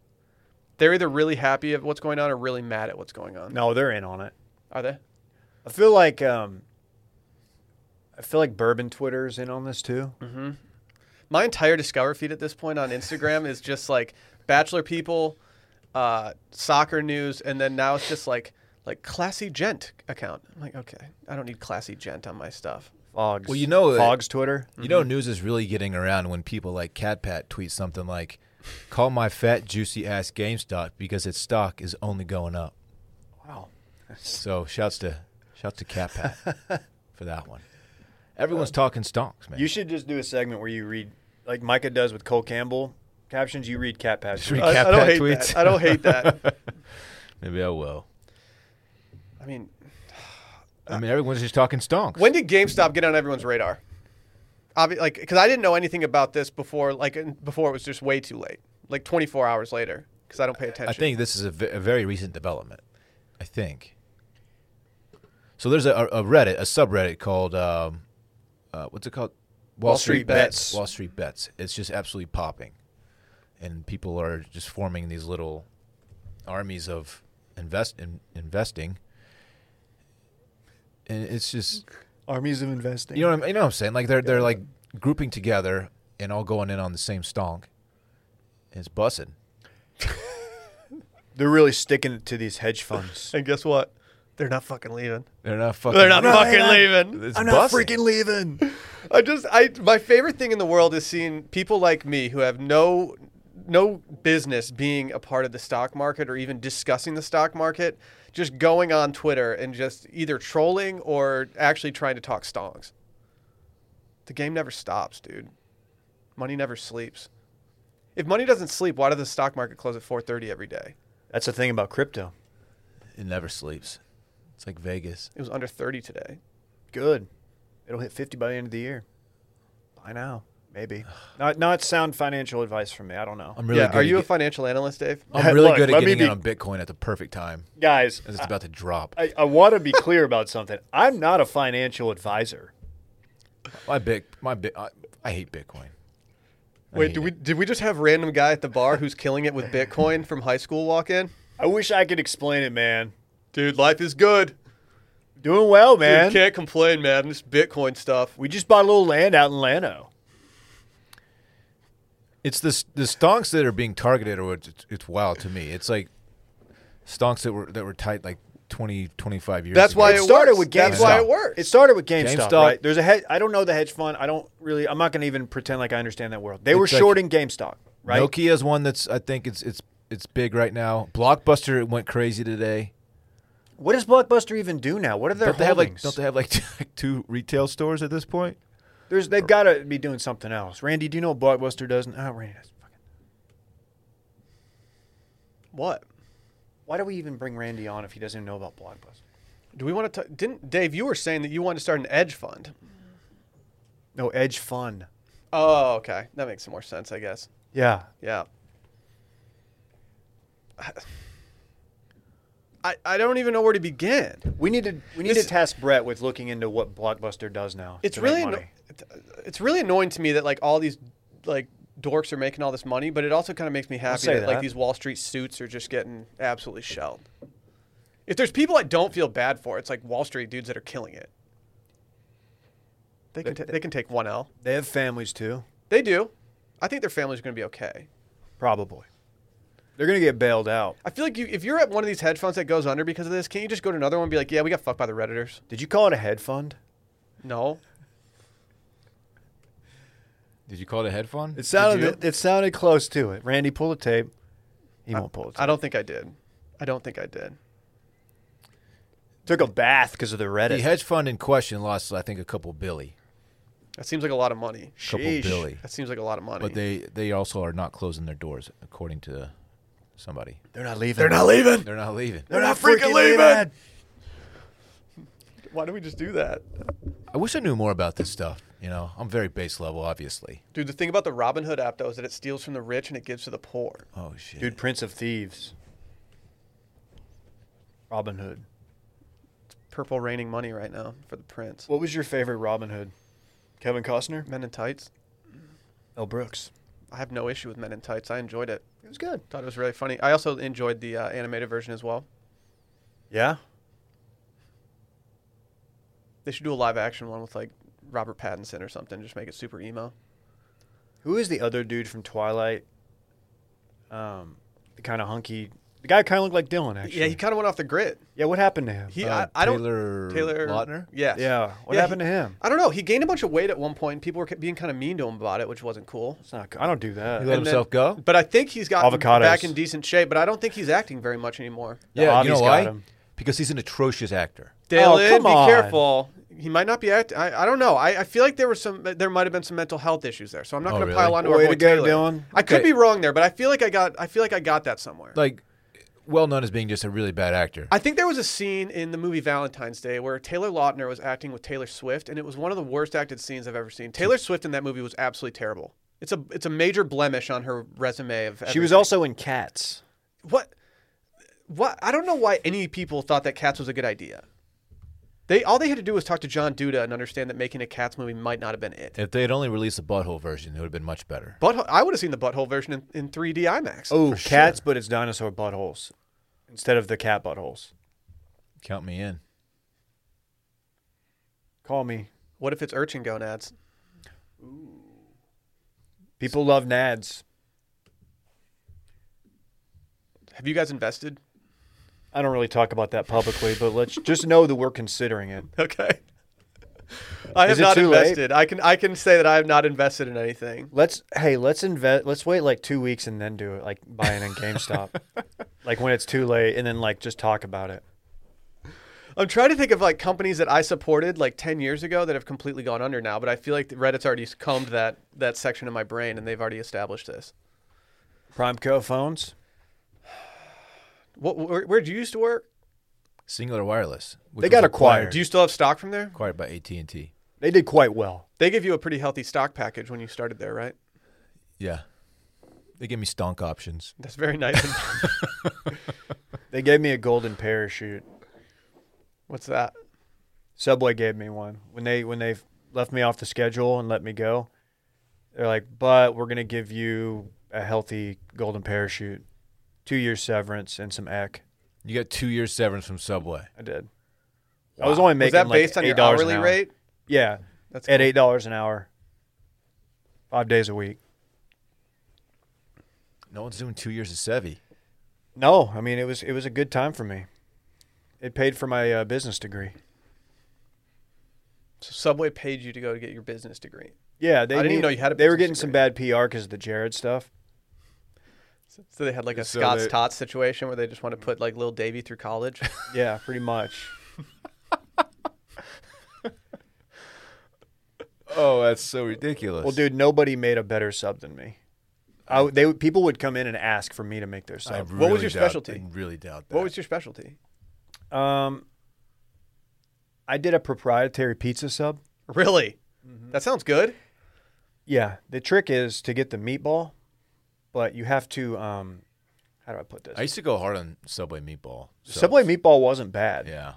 A: They're either really happy at what's going on or really mad at what's going on.
B: No, they're in on it.
A: Are they?
B: I feel like um, I feel like bourbon Twitter's in on this too.
A: My entire Discover feed at this point on Instagram is just like bachelor people, uh, soccer news, and then now it's just like like classy gent account. I'm like, okay, I don't need classy gent on my stuff.
B: Fogs.
C: Well, you know that-
B: Fogs Twitter.
C: You
A: Mm-hmm.
C: know, news is really getting around when people like Cat Pat tweet something like, "Call my fat juicy ass GameStop because its stock is only going up."
B: Wow.
C: So shouts to shouts to Cat Pat for that one. Everyone's
A: Uh,
C: talking stocks, man.
B: You should just do a segment where you read, like Micah does with Cole Campbell captions. You read Cat Patch.
C: Just read
A: I, I
C: Cat
A: don't
C: Pat
A: hate
C: tweets.
A: that. I don't hate that.
C: Maybe I will.
A: I mean,
C: I mean, everyone's just talking stonks.
A: Uh, when did GameStop get on everyone's radar? Obvi- like, because I didn't know anything about this before. Like, in- before it was just way too late. Like 24 hours later, because I don't pay attention.
C: I think this is a, ve- a very recent development. I think. So there's a, a Reddit, a subreddit called, um, uh, what's it called? Wall,
A: Street Bets.
C: Wall Street Bets. It's just absolutely popping, and people are just forming these little armies of invest in, investing, and it's just
B: Armies of Investing.
C: you know what I'm, you know what I'm saying. Like they're they're like grouping together and all going in on the same stonk. It's bussing.
B: They're really sticking it to these hedge funds.
A: And guess what? They're not fucking leaving.
C: They're not fucking.
A: They're not
B: Right.
A: fucking
B: I'm-
A: leaving.
C: It's
B: I'm not
C: bussing.
B: freaking leaving.
A: I just I my favorite thing in the world is seeing people like me who have no no business being a part of the stock market or even discussing the stock market just going on Twitter and just either trolling or actually trying to talk stonks. The game never stops, dude. Money never sleeps. If money doesn't sleep, why does the stock market close at 4:30 every day?
B: That's the thing about crypto.
C: It never sleeps. It's like Vegas.
A: It was under 30 today.
B: Good. It'll hit 50 by the end of the year. I know. Maybe. Not not sound financial advice from me. I don't know.
C: I'm really
A: yeah,
C: good. Oh,
A: are you a
C: at
A: financial analyst, Dave?
C: get, I'm really
B: Look,
C: good at
B: let me
C: getting
B: be-
C: in on Bitcoin at the perfect time
B: Guys,
C: as it's about to drop.
B: I, I want to be clear about something. I'm not a financial advisor.
C: my big, my big. I, I hate Bitcoin. I
A: Wait,
C: hate
A: did we
C: it.
A: did we just have random guy at the bar who's killing it with Bitcoin from high school walk in?
B: I wish I could explain it, man.
A: Dude, life is good.
B: Doing well, man.
A: Dude, can't complain, man. This Bitcoin stuff.
B: we just bought a little land out in Lano.
C: It's the s- the stonks that are being targeted, or it's, it's wild to me. It's like stonks that were that were tight like 20, 25 years.
A: That's
C: ago.
A: why
B: It
A: it
B: started
A: works.
B: with GameStop.
A: That's why it works.
B: It started with GameStop.
C: GameStop.
B: Right? There's a hedge, I don't know the hedge fund. I don't really. I'm not going to even pretend like I understand that world. They were
C: It's like-
B: shorting GameStop, right?
C: Nokia's one that's I think it's it's it's big right now. Blockbuster went crazy today.
B: What does Blockbuster even do now? What are their
C: Don't they have like
B: holdings?
C: don't they have like two retail stores at this point?
B: There's, they've got to be doing something else. Randy, do you know what Blockbuster does? Oh, Randy does. Fucking.
A: What?
B: Why do we even bring Randy on if he doesn't know about Blockbuster?
A: Do we want to? Didn't Dave? You were saying that you wanted to start an hedge fund.
B: No, Edge Fund.
A: Oh, okay. That makes more sense, I guess.
B: Yeah.
A: Yeah. I I don't even know where to begin.
B: We need to we need
A: This-
B: to task Brett with looking into what Blockbuster does now.
A: It's
B: to make
A: really anno-
B: money.
A: it's really annoying to me that like all these like dorks are making all this money, but it also kind of makes me happy
B: say
A: that, like
B: that.
A: these Wall Street suits are just getting absolutely shelled. If there's people I don't feel bad for, it's like Wall Street dudes that are killing it. They can ta they can take one L.
B: they have families too,
A: They do. I think their family's going to be okay.
B: probably. They're gonna get bailed out.
A: I feel like you, if you're at one of these hedge funds that goes under because of this, can't you just go to another one and be like, yeah, we got fucked by the redditors?
B: Did you call it a head fund?
A: No,
C: Did you call it a head fund?
B: It
A: you?
B: sounded it sounded close to it. Randy, pull the tape. He won't pull it.
A: I don't think I did. I don't think I did.
B: Took a bath because of the
C: The
B: Reddit.
C: hedge fund in question lost, I think, a couple billy,
A: That seems like a lot of money.
C: couple
B: Sheesh.
C: billy,
A: That seems like a lot of money.
C: but they they also are not closing their doors, according to somebody.
B: They're not leaving.
D: They're not leaving.
C: They're not leaving.
D: They're not freaking leaving.
A: Why do we just do that?
C: I wish I knew more about this stuff. You know, I'm very base level, obviously.
A: Dude, the thing about the Robinhood app though is that it steals from the rich and it gives to the poor.
C: Oh shit,
B: Dude, Prince of Thieves. Robin Hood.
A: Purple raining money right now for the prince.
B: What was your favorite Robin Hood? Kevin Costner?
A: Men in tights.
B: L. Brooks.
A: I have no issue with Men in tights. I enjoyed it.
B: It was good.
A: Thought it was really funny. I also enjoyed the uh, animated version as well.
B: Yeah.
A: They should do a live action one with like Robert Pattinson or something. Just make it super emo.
B: Who is the other dude from Twilight? Um, the kind of hunky The guy kind of looked like Dylan, actually.
A: Yeah, he kind of went off the grid.
B: Yeah, what happened to him?
A: He,
C: Uh,
A: I, I don't.
C: Taylor
A: Taylor
C: Lautner?
A: Yes.
B: yeah. What
A: Yeah,
B: happened
A: he-
B: to him?
A: I don't know. He gained a bunch of weight at one point. People were being kind of mean to him about it, which wasn't cool.
B: It's not. good. I don't do
C: He
B: that.
C: let
A: And then-
C: himself go.
A: But I think he's got
B: Avocados.
A: back in decent shape. But I don't think he's acting very much anymore.
C: Yeah, you
B: Avi's
C: know
B: got
C: why?
B: him.
C: Because he's an atrocious actor.
A: Dylan,
B: come
A: be
B: on.
A: careful. He might not be acting. I, I don't know. I, I feel like there were some. There might have been some mental health issues there. So I'm not
C: Oh,
A: going
C: really?
A: to pile onto our
B: Way
A: boy
B: to go,
A: Taylor.
B: Dylan.
A: I could
C: Okay.
A: be wrong there, but I feel like I got. I feel like I got that somewhere.
C: Like, well known as being just a really bad actor.
A: I think there was a scene in the movie Valentine's Day where Taylor Lautner was acting with Taylor Swift, and it was one of the worst acted scenes I've ever seen. Taylor Swift in that movie was absolutely terrible. It's a it's a major blemish on her resume of.
B: She was
A: everything.
B: also in Cats.
A: what what I don't know why any people thought that Cats was a good idea. They all they had to do was talk to John Duda and understand that making a Cats movie might not have been it.
C: if they had only released the butthole version, it would have been much better.
A: But I would have seen the butthole version in, in 3D IMAX.
B: Oh, Cats, but it's dinosaur buttholes instead of the cat buttholes.
C: Count me in.
B: Call me.
A: What if it's urchin gonads?
B: People love nads.
A: Have you guys invested?
B: I don't really talk about that publicly, but let's just know that we're considering it.
A: Okay. I have
B: Is it
A: not
B: too late?
A: invested. I can I can say that I have not invested in anything.
B: Let's hey, let's invest. Let's wait like two weeks and then do it, like buying in GameStop, like when it's too late, and then like just talk about it.
A: I'm trying to think of like companies that I supported like 10 years ago that have completely gone under now, but I feel like Reddit's already combed that that section of my brain and they've already established this.
B: Primeco phones.
A: What where, where did you used to work?
C: Singular Wireless. which
B: They
C: was
B: got acquired.
A: Do you still have stock from there?
C: Acquired by AT and T.
B: They did quite well.
A: They give you a pretty healthy stock package when you started there, right?
C: Yeah. They gave me stonk options.
A: That's very nice.
B: They gave me a golden parachute.
A: What's that?
B: Subway gave me one when they when they left me off the schedule and let me go. They're like, but we're gonna give you a healthy golden parachute, two years severance, and some ek.
C: You got two years severance from Subway.
B: I did. I was only
A: Was
B: making
A: that
B: like
A: based on your
B: $8 an
A: hourly
B: hour.
A: rate?
B: Yeah,
A: That's
B: at eight dollars an hour, five days a week.
C: No one's doing two years of Sevy.
B: No, I mean it was it was a good time for me. It paid for my uh, business degree.
A: So Subway paid you to go to get your business degree.
B: Yeah, they
A: I didn't even
B: need-
A: know you had a
B: They were
A: business
B: getting some
A: degree.
B: bad PR because of the Jared stuff.
A: So they had like a
C: So
A: Scott's
C: they-
A: Tots situation where they just want to put like little Davy through college.
B: Yeah, pretty much.
C: Oh, that's so ridiculous.
B: Well, dude, nobody made a better sub than me. I w they would- people would come in and ask for me to make their
C: I
B: sub.
A: What was
C: really
A: your
C: doubt-
A: specialty?
C: I really doubt that.
A: what was your specialty?
B: um, I did a proprietary pizza sub.
A: Really?
B: Mm-hmm.
A: That sounds good.
B: Yeah, the trick is to get the meatball, but you have to. Um, how do I put this?
C: I used to go hard on Subway meatball. so-
B: Subway meatball wasn't bad.
C: Yeah.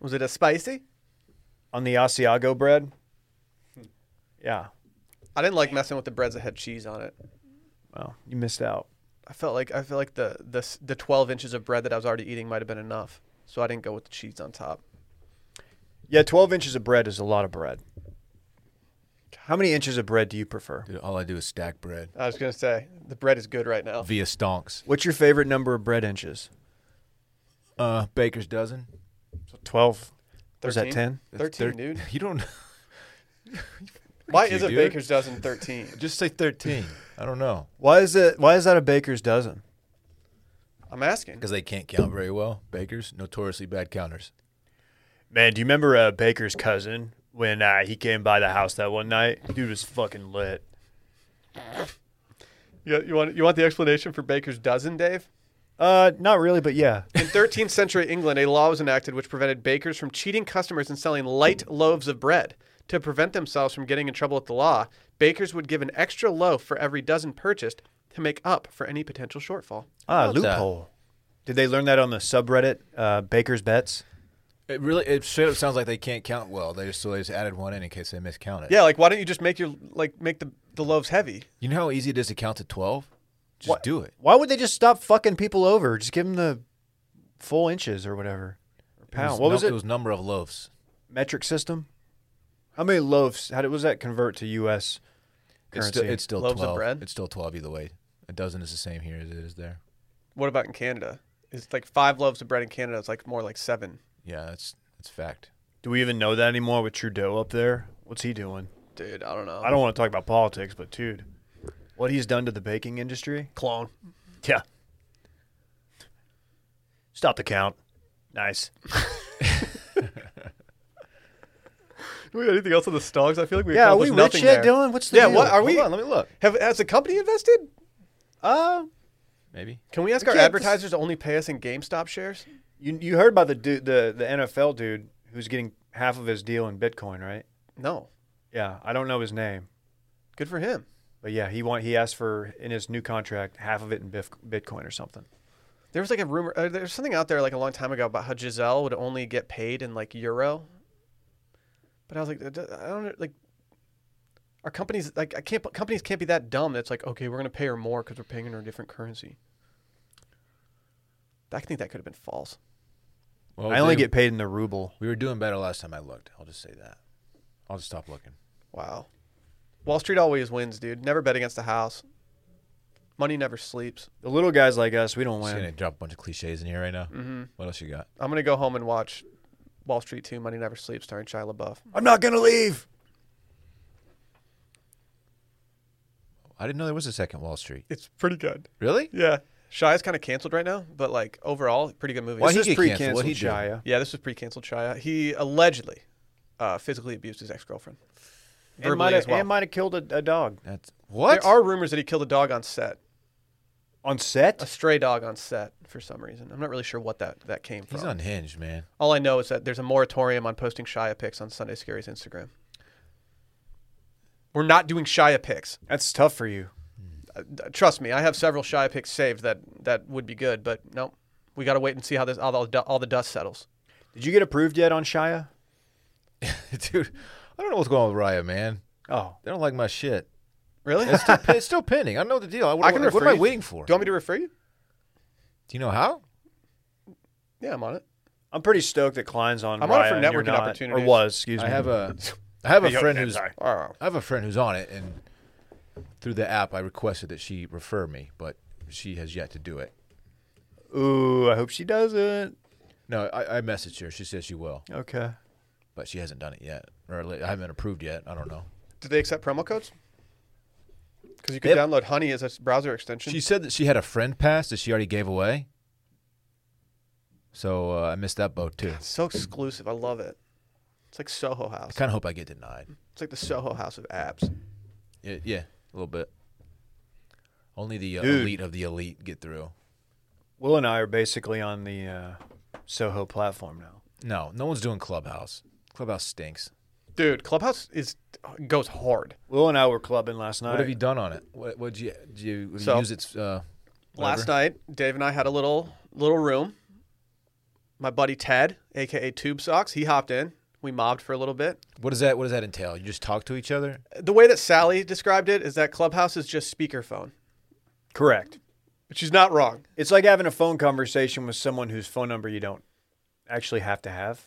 A: Was it a spicy?
B: On the Asiago bread. Hmm. Yeah.
A: I didn't like messing with the breads that had cheese on it.
B: Well, you missed out.
A: I felt like I felt like the the s- the 12 inches of bread that I was already eating might have been enough. So I didn't go with the cheese on top.
B: Yeah, 12 inches of bread is a lot of bread. How many inches of bread do you prefer?
C: Dude, all I do is stack bread
A: I was gonna say the bread is good right now.
C: via stonks.
B: What's your favorite number of bread inches?
C: Uh, baker's dozen.
B: 12. Was that
A: 13?
B: 10?
C: That's
A: 13,
C: thir-
A: dude.
C: You don't
A: Why
C: you,
A: is a
C: dude.
A: baker's dozen 13?
C: just say thirteen. I don't know
B: Why is it why is that a baker's dozen?
A: I'm asking.
C: because they can't count very well. Bakers notoriously bad counters.
B: Man, do you remember uh, Baker's cousin when uh, he came by the house that one night? Dude was fucking lit.
A: You, you want you want the explanation for baker's dozen, Dave?
B: Uh, not really, but yeah.
A: In 13th century England, a law was enacted which prevented bakers from cheating customers and selling light loaves of bread. To prevent themselves from getting in trouble with the law, bakers would give an extra loaf for every dozen purchased to make up for any potential shortfall.
B: Ah,
C: about that?
B: loophole. Did they learn that on the subreddit, uh, Baker's Bets?
C: It really it straight up sounds like they can't count well. They just so they just added one in in case they miscount it.
A: Yeah, like why don't you just make your like make the the loaves heavy?
C: You know how easy it is to count to twelve? Just
B: What-
C: do it.
B: Why would they just stop fucking people over? Just give them the full inches or whatever. Or
C: It
B: pound. what was
C: num-
B: it?
C: It was number of loaves.
B: Metric system? How many loaves? How did, was that convert to U.S.
C: It's
B: currency?
C: still, it's still
A: Loaves of
C: twelve.
A: bread?
C: It's still twelve either way. A dozen is the same here as it is there.
A: What about in Canada? It's like five loaves of bread in Canada. It's like more like seven.
C: Yeah, that's that's fact.
B: Do we even know that anymore with Trudeau up there? What's he doing?
A: Dude, I don't know.
B: I don't want to talk about politics, but dude, what he's done to the baking industry?
A: clone.
B: Yeah. Stop the count. Nice.
A: Do we have anything else on the stocks? I feel like we
B: Yeah, are we
A: accomplished
B: rich
A: nothing
B: yet,
A: there.
B: Dylan? What's the
A: Yeah,
B: deal?
A: what- are
B: Hold
A: we-
B: on, let me look.
A: Have has the company invested?
B: Uh,
C: Maybe.
A: Can we ask
B: We
A: our
B: can't-
A: advertisers to only pay us in GameStop shares?
B: you you heard about the dude, the the NFL dude who's getting half of his deal in Bitcoin, right?
A: No.
B: Yeah, I don't know his name,
A: Good for him.
B: but yeah, he want he asked for in his new contract half of it in bif- Bitcoin or something.
A: There was like a rumor. Uh, There's something out there like a long time ago about how Giselle would only get paid in like euro. But I was like, that do- I don't know, like. Our companies like I can't companies can't be that dumb. That's like okay, we're gonna pay her more because we're paying her in a different currency. I think that could have been false.
C: Well,
B: I only
C: they-
B: get paid in the ruble.
C: We were doing better last time I looked. I'll just say that. I'll just stop looking.
A: Wow, Wall Street always wins, dude. Never bet against the house. Money never sleeps.
B: The little guys like us, we don't
C: I'm just
B: win.
C: gonna drop a bunch of cliches in here right now. Mm-hmm. What else you got?
A: I'm gonna go home and watch Wall Street Two: Money Never Sleeps, starring Shia LaBeouf.
B: I'm not gonna leave.
C: I didn't know there was a second Wall Street.
A: It's pretty good.
C: Really?
A: Yeah, Shia's kind of canceled right now, but like overall, pretty good movie.
C: Why
A: This
C: he
A: is-
C: get canceled? What'd he do?
B: Shia.
A: yeah, this was pre-canceled Shia. He allegedly uh, physically abused his ex-girlfriend.
B: And
A: Verbally
B: might
A: as
B: have
A: well.
B: killed a, a dog
C: That's what?
A: There are rumors that he killed a dog on set,
B: on
A: a
B: set.
A: stray dog on set for some reason. I'm not really sure what that that came
C: He's
A: from.
C: unhinged, man.
A: All I know is that there's a moratorium on posting Shia pics on Sunday Scary's Instagram. We're not doing Shia pics.
B: That's tough for you.
A: Uh, d- trust me, I have several Shia picks saved that that would be good, but no, we got to wait and see how this all the, du- all the dust settles.
B: Did you get approved yet on Shia?
C: Dude, I don't know what's going on with Raya, man.
B: Oh,
C: They don't like my shit.
A: Really?
C: It's still, it's still pending. I don't know the deal. I, what,
A: I can
C: what am
A: refer
C: I
A: you-
C: waiting for?
A: Do you want me to refer you?
C: Do you know how?
A: Yeah, I'm on it.
B: I'm pretty stoked that Klein's on.
A: I'm on
B: Raya
A: it for
B: and you're
A: networking
B: not,
A: opportunities.
B: Or was, excuse me.
C: I have a I have a
B: Yo,
C: friend
B: man,
C: who's
B: sorry.
A: Oh,
C: I have a friend who's on it, and through the app, I requested that she refer me, but she has yet to do it.
B: Ooh, I hope she doesn't.
C: No, I, I messaged her. She says she will,
B: Okay.
C: but she hasn't done it yet, or at least I haven't been approved yet. I don't know.
A: do they accept promo codes? Because you could
C: Yep.
A: download Honey as a s- browser extension.
C: She said that she had a friend pass that she already gave away, so uh, I missed that boat too.
A: It's so exclusive. I love it. It's like Soho
C: I
A: House.
C: kind of hope I get denied.
A: It's like the Soho House of apps.
C: Yeah, yeah, a little bit. Only the uh,
B: Dude.
C: elite of the elite get through.
B: Will and I are basically on the uh, Soho platform now.
C: No, no one's doing Clubhouse. Clubhouse stinks.
A: Dude, Clubhouse is goes hard.
B: Will and I were clubbing last night.
C: What have you done on it? What would you do? You, have you
A: So-
C: use its uh,
A: Last
C: whatever?
A: night, Dave and I had a little little room. My buddy Ted, aka Tube Socks, he hopped in. We mobbed for a little bit.
C: What does that What does that entail? You just talk to each other.
A: The way that Sally described it is that Clubhouse is just speakerphone.
B: Correct.
A: She's not wrong.
B: It's like having a phone conversation with someone whose phone number you don't actually have to have.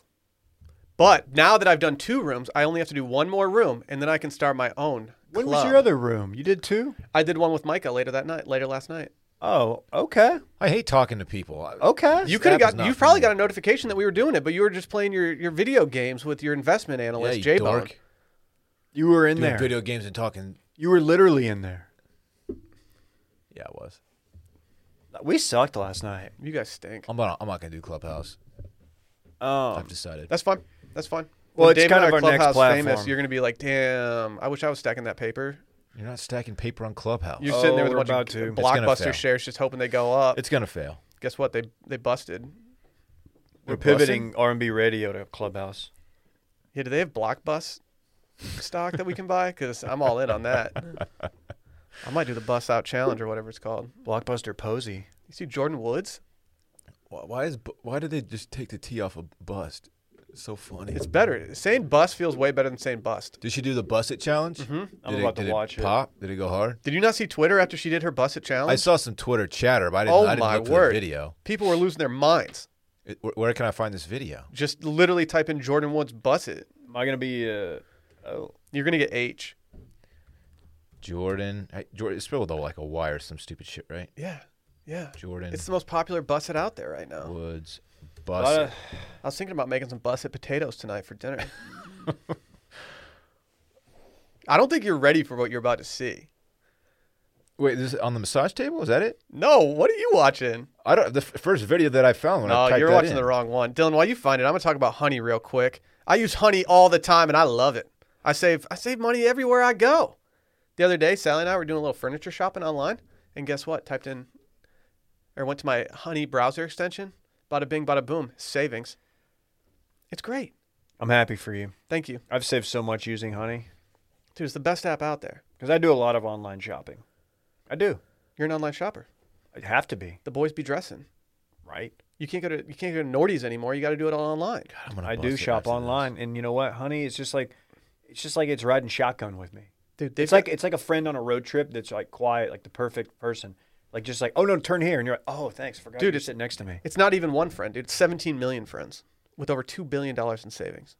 A: But now that I've done two rooms, I only have to do one more room, and then I can start my own.
B: When was
A: club.
B: your other room? You did too?
A: I did one with Micah later that night, later last night.
B: Oh, okay.
C: I hate talking to people. I-
B: Okay.
A: You
C: This
A: could have
C: app is
A: got.
C: not
A: You
C: for
A: probably
C: me.
A: got a notification that we were doing it, but you were just playing your, your video games with your investment
C: yeah,
A: analyst
C: you
A: J Bone.
C: dork.
B: you were in
C: Doing
B: there.
C: video games and talking.
B: You were literally in there.
C: Yeah, I was.
B: We sucked last night.
A: You guys stink.
C: I'm not. I'm not gonna do Clubhouse.
B: Um,
C: I've decided.
A: That's fine. That's fine.
B: Well,
A: When
B: it's
A: Dave
B: kind
A: and I
B: of
A: are
B: our next
A: Clubhouse Famous,
B: platform.
A: you're gonna be like, damn. I wish I was stacking that paper.
C: You're not stacking paper on Clubhouse.
A: You're sitting there with
B: Oh, we're
A: a bunch
B: about to.
A: of
B: It's
C: gonna
A: blockbuster
C: fail.
A: shares, just hoping they go up.
C: it's gonna fail.
A: Guess what? They they busted.
B: we're
C: They're busting?
B: pivoting R&B radio to Clubhouse.
A: Yeah, do they have Blockbus stock that we can buy? Because I'm all in on that. I might do the bus out challenge or whatever it's called.
B: Blockbuster Posey.
A: You see Jordan Woods?
C: Why, why is bu- Why did they just take the T off of bust? It's so funny.
A: It's better. Saying bus feels way better than saying bust.
C: did she do the bust it challenge? Mm-hmm.
B: I'm about to watch it.
C: Pop? Did it go hard?
A: Did you not see Twitter after she did her busset
C: I
A: challenge?
C: saw some Twitter chatter, but I didn't.
A: Oh
C: I didn't
A: my
C: look for
A: word.
C: the video.
A: People were losing their minds.
C: It- where, where can I find this video?
A: Just literally type in Jordan Woods busset.
B: Am I going to be uh, oh,
A: You're gonna get H.
C: Jordan. I, Jordan. It's spelled with a, like a Y or some stupid shit, right?
A: Yeah. Yeah.
C: Jordan
A: It's the most popular busset out there right now.
C: Woods.
B: A
C: Bus.
B: lot of-
A: I was thinking about making some busset potatoes tonight for dinner. I don't think you're ready for what you're about to see.
C: Wait, this is on the massage table? Is that it?
A: No, what are you watching?
C: I don't. The f- first video that I found when I
A: No,
C: typed
A: you're
C: that
A: watching
C: in.
A: the wrong one. Dylan, while you find it, I'm gonna talk about honey real quick. I use honey all the time and I love it. I save I save money everywhere I go. The other day, Sally and I were doing a little furniture shopping online, and guess what? Typed in or went to my honey browser extension, bada bing, bada boom, savings. It's great.
B: I'm happy for you.
A: Thank you.
B: I've saved so much using Honey
A: Dude, it's the best app out there.
B: because I do a lot of online shopping. I do.
A: You're an online shopper.
B: I have to be
A: The boys be dressing.
B: right.
A: You can't go to you can't go to Nordy's anymore. You got to do it all online.
C: I'm gonna
B: I
C: bust
B: do
C: it
B: shop
C: after this.
B: online, and you know what, Honey? It's just like it's just like it's riding shotgun with me.
A: Dude,
B: It's like it's like a friend on a road trip that's like quiet, like the perfect person. Like just like, oh no, turn here, and you're like, oh thanks, forgot
A: Dude,
B: you're
A: it's-
B: sitting next to me.
A: It's not even one friend, dude. It's 17 million friends with over $2 billion in savings.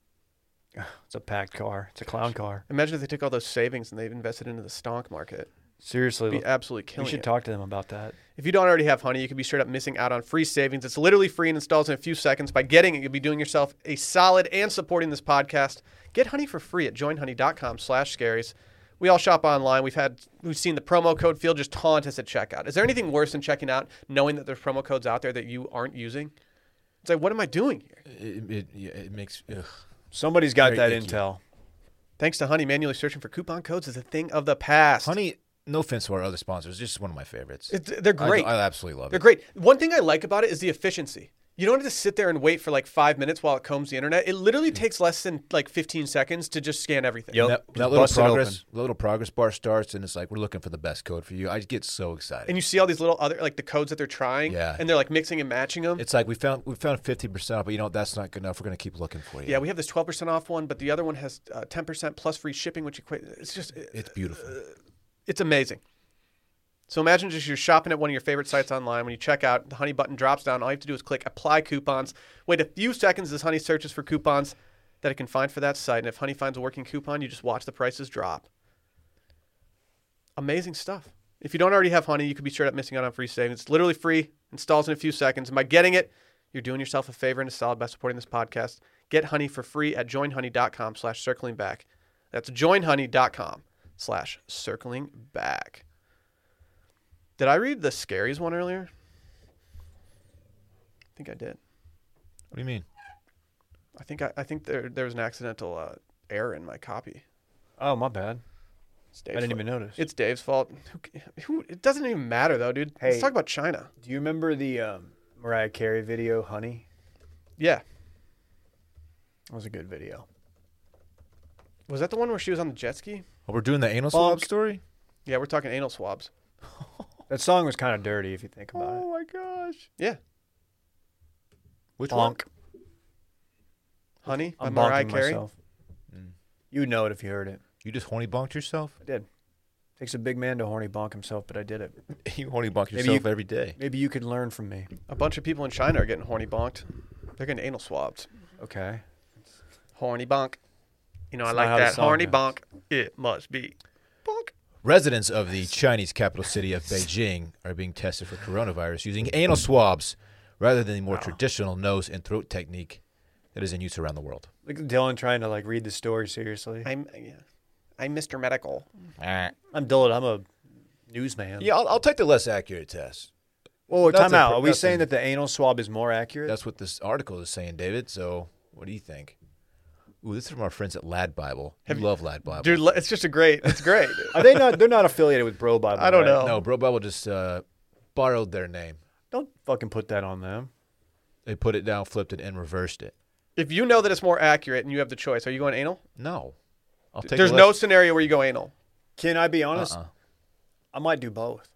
B: It's a packed car. It's a clown car.
A: Imagine if they took all those savings and they've invested into the stock market.
B: Seriously,
A: It'd be
B: look,
A: absolutely
B: we
A: killing
B: should
A: it.
B: talk to them about that.
A: If you don't already have Honey, you could be straight up missing out on free savings. It's literally free and installs in a few seconds. By getting it, you'll be doing yourself a solid and supporting this podcast. Get Honey for free at joinhoney.com slash scaries. We all shop online. We've had we've seen the promo code field just taunt us at checkout. Is there anything worse than checking out knowing that there's promo codes out there that you aren't using? It's like, what am I doing here?
C: It, it, yeah, it makes. Ugh.
B: Somebody's got
C: Very
B: that
C: icky.
B: intel.
A: Thanks to Honey, manually searching for coupon codes is a thing of the past.
C: Honey, no offense to our other sponsors, just one of my favorites.
A: It's- they're
C: I-
A: great.
C: I, absolutely love
A: They're
C: it.
A: great. One thing I like about it is the efficiency. You don't have to sit there and wait for like five minutes while it combs the internet. It literally
C: Mm.
A: takes less than like 15 seconds to just scan everything.
B: Yep.
C: That,
B: Just
C: that little
B: bust it open.
C: progress, little progress bar starts, and it's like we're looking for the best code for you. I get so excited.
A: And you see all these little other like the codes that they're trying.
C: Yeah.
A: And they're like mixing and matching them.
C: it's like we found we found fifty percent off, but you know that's not good enough. We're gonna keep looking for you.
A: yeah, we have this 12% off one, but the other one has uh, 10% plus free shipping, which equate. It's just
C: it's beautiful.
A: It's amazing. So imagine just you're shopping at one of your favorite sites online. When you check out, the Honey button drops down. All you have to do is click Apply Coupons. Wait a few seconds as Honey searches for coupons that it can find for that site. And if Honey finds a working coupon, you just watch the prices drop. Amazing stuff. If you don't already have Honey, you could be straight up missing out on free savings. It's literally free, installs in a few seconds. And by getting it, you're doing yourself a favor and a solid by supporting this podcast. Get Honey for free at joinhoney.com slash circling back. That's joinhoney.com slash circling back. Did I read the scaries one earlier? I think I did.
C: What do you mean?
A: I think I, I think there there was an accidental uh, error in my copy.
B: Oh my bad.
A: It's
B: I
A: Dave's
B: didn't
A: fault.
B: even notice.
A: It's Dave's fault. Who, ca- who? It doesn't even matter though, dude. Let's
B: Hey.
A: talk about China.
B: Do you remember the um, Mariah Carey video, Honey?
A: Yeah.
B: That was a good video.
A: Was that the one where she was on the jet ski?
C: Oh, we're doing the anal swab
B: Bonk.
C: story.
A: Yeah, we're talking anal swabs.
B: That song was kind of dirty if you think about it.
C: Oh my gosh!
A: Yeah.
C: Which one?
B: Bonk.
A: Honey by
B: I'm
A: Mariah
B: bonking
A: Carey.
B: myself. Mm. You'd know it if you heard it.
C: You just horny bonked yourself.
B: I did. Takes a big man to horny bonk himself, but I did it.
C: you horny bonk
B: Maybe you-
C: yourself every day.
B: Maybe you could learn from me.
A: A bunch of people in China are getting horny bonked. They're getting anal swabbed.
B: Okay.
A: Horny bonk. You know,
B: That's
A: I like
B: not how the
A: that.
B: song
A: Horny
B: goes.
A: bonk. It must be bonk.
C: Residents of the Chinese capital city of Beijing are being tested for coronavirus using anal swabs rather than the more traditional nose and throat technique that is in use around the world.
B: Look at Dylan trying to like read the story seriously.
A: I'm yeah. I'm Mr. Medical.
B: I'm Dylan. I'm a newsman.
C: Yeah, I'll, I'll take the less accurate test.
B: Well, wait, time
C: Nothing
B: out.
C: for-
B: Are we
C: nothing.
B: saying that the anal swab is more accurate?
C: That's what this article is saying, David. So, what do you think? Ooh, this is from our friends at Lad Bible. You love Lad Bible,
A: Dude, le- it's just a great. It's great. dude.
B: Are they not? They're not affiliated with Bro Bible.
A: I don't
B: right?
A: know.
C: No, Bro Bible just uh, borrowed their name.
B: Don't fucking put that on them.
C: They put it down, flipped it, and reversed it.
A: If you know that it's more accurate and you have the choice, are you going anal?
C: No, I'll take.
A: There's
C: the
A: no
C: less-
A: scenario where you go anal.
B: Can I be honest?
C: Uh-uh.
B: I might do both.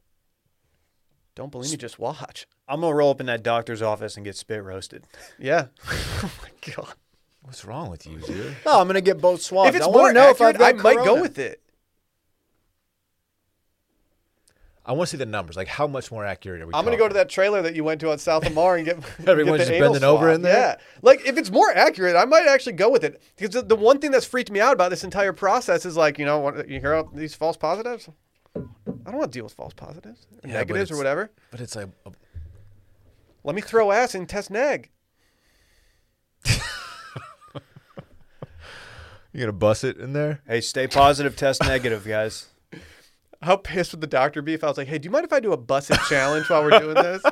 A: Don't believe me? Just watch.
B: I'm gonna roll up in that doctor's office and get spit roasted.
A: Yeah. oh my god.
C: What's wrong with you, dude?
B: No, I'm gonna get both swabs.
A: If it's
B: I
A: more
B: wanna know
A: accurate,
B: if I've got
A: I might go
B: corona.
A: with it.
C: I want to see the numbers. Like, how much more accurate are we?
A: I'm gonna go to that trailer that you went to on South Lamar and get
C: Everyone's
A: get the
C: just
A: anal
C: bending over
A: swab.
C: in there?
A: Yeah, like if it's more accurate, I might actually go with it because the, the one thing that's freaked me out about this entire process is like you know what, you hear all these false positives. I don't want to deal with false positives, or
C: Yeah, but
A: negatives, or
C: it's-
A: whatever.
C: But it's like, uh,
A: Let me throw ass and test neg.
C: you gonna bust it in there?
B: Hey, stay positive, test negative, guys.
A: How pissed would the doctor be if I was like, hey, do you mind if I do a busted challenge while we're doing this?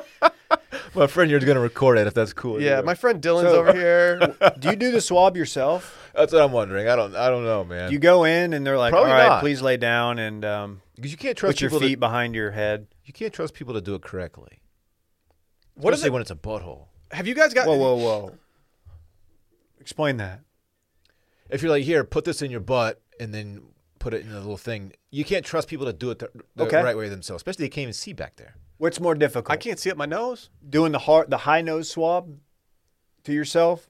C: My friend, you're gonna record it if that's cool.
A: Yeah, my friend Dylan's
B: So-
A: over here.
B: Do you do the swab yourself?
C: that's what I'm wondering. I don't, I don't know, man.
B: Do you go in and they're like,
C: Probably
B: all right,
C: not.
B: please lay down and um,
C: Because you can't trust
B: put your
C: people.
B: feet
C: To,
B: behind your head?
C: you can't trust people to do it correctly.
A: What is
C: Especially
A: it?
C: when it's a butthole.
A: Have you guys got?
B: Whoa, whoa, whoa. Explain that.
C: If you're like, here, put this in your butt, and then put it in a little thing. You can't trust people to do it the, the
B: Okay.
C: right way themselves. Especially they can't even see back there.
B: What's more difficult?
A: I can't see up my nose.
B: doing the hard, the high nose swab to yourself,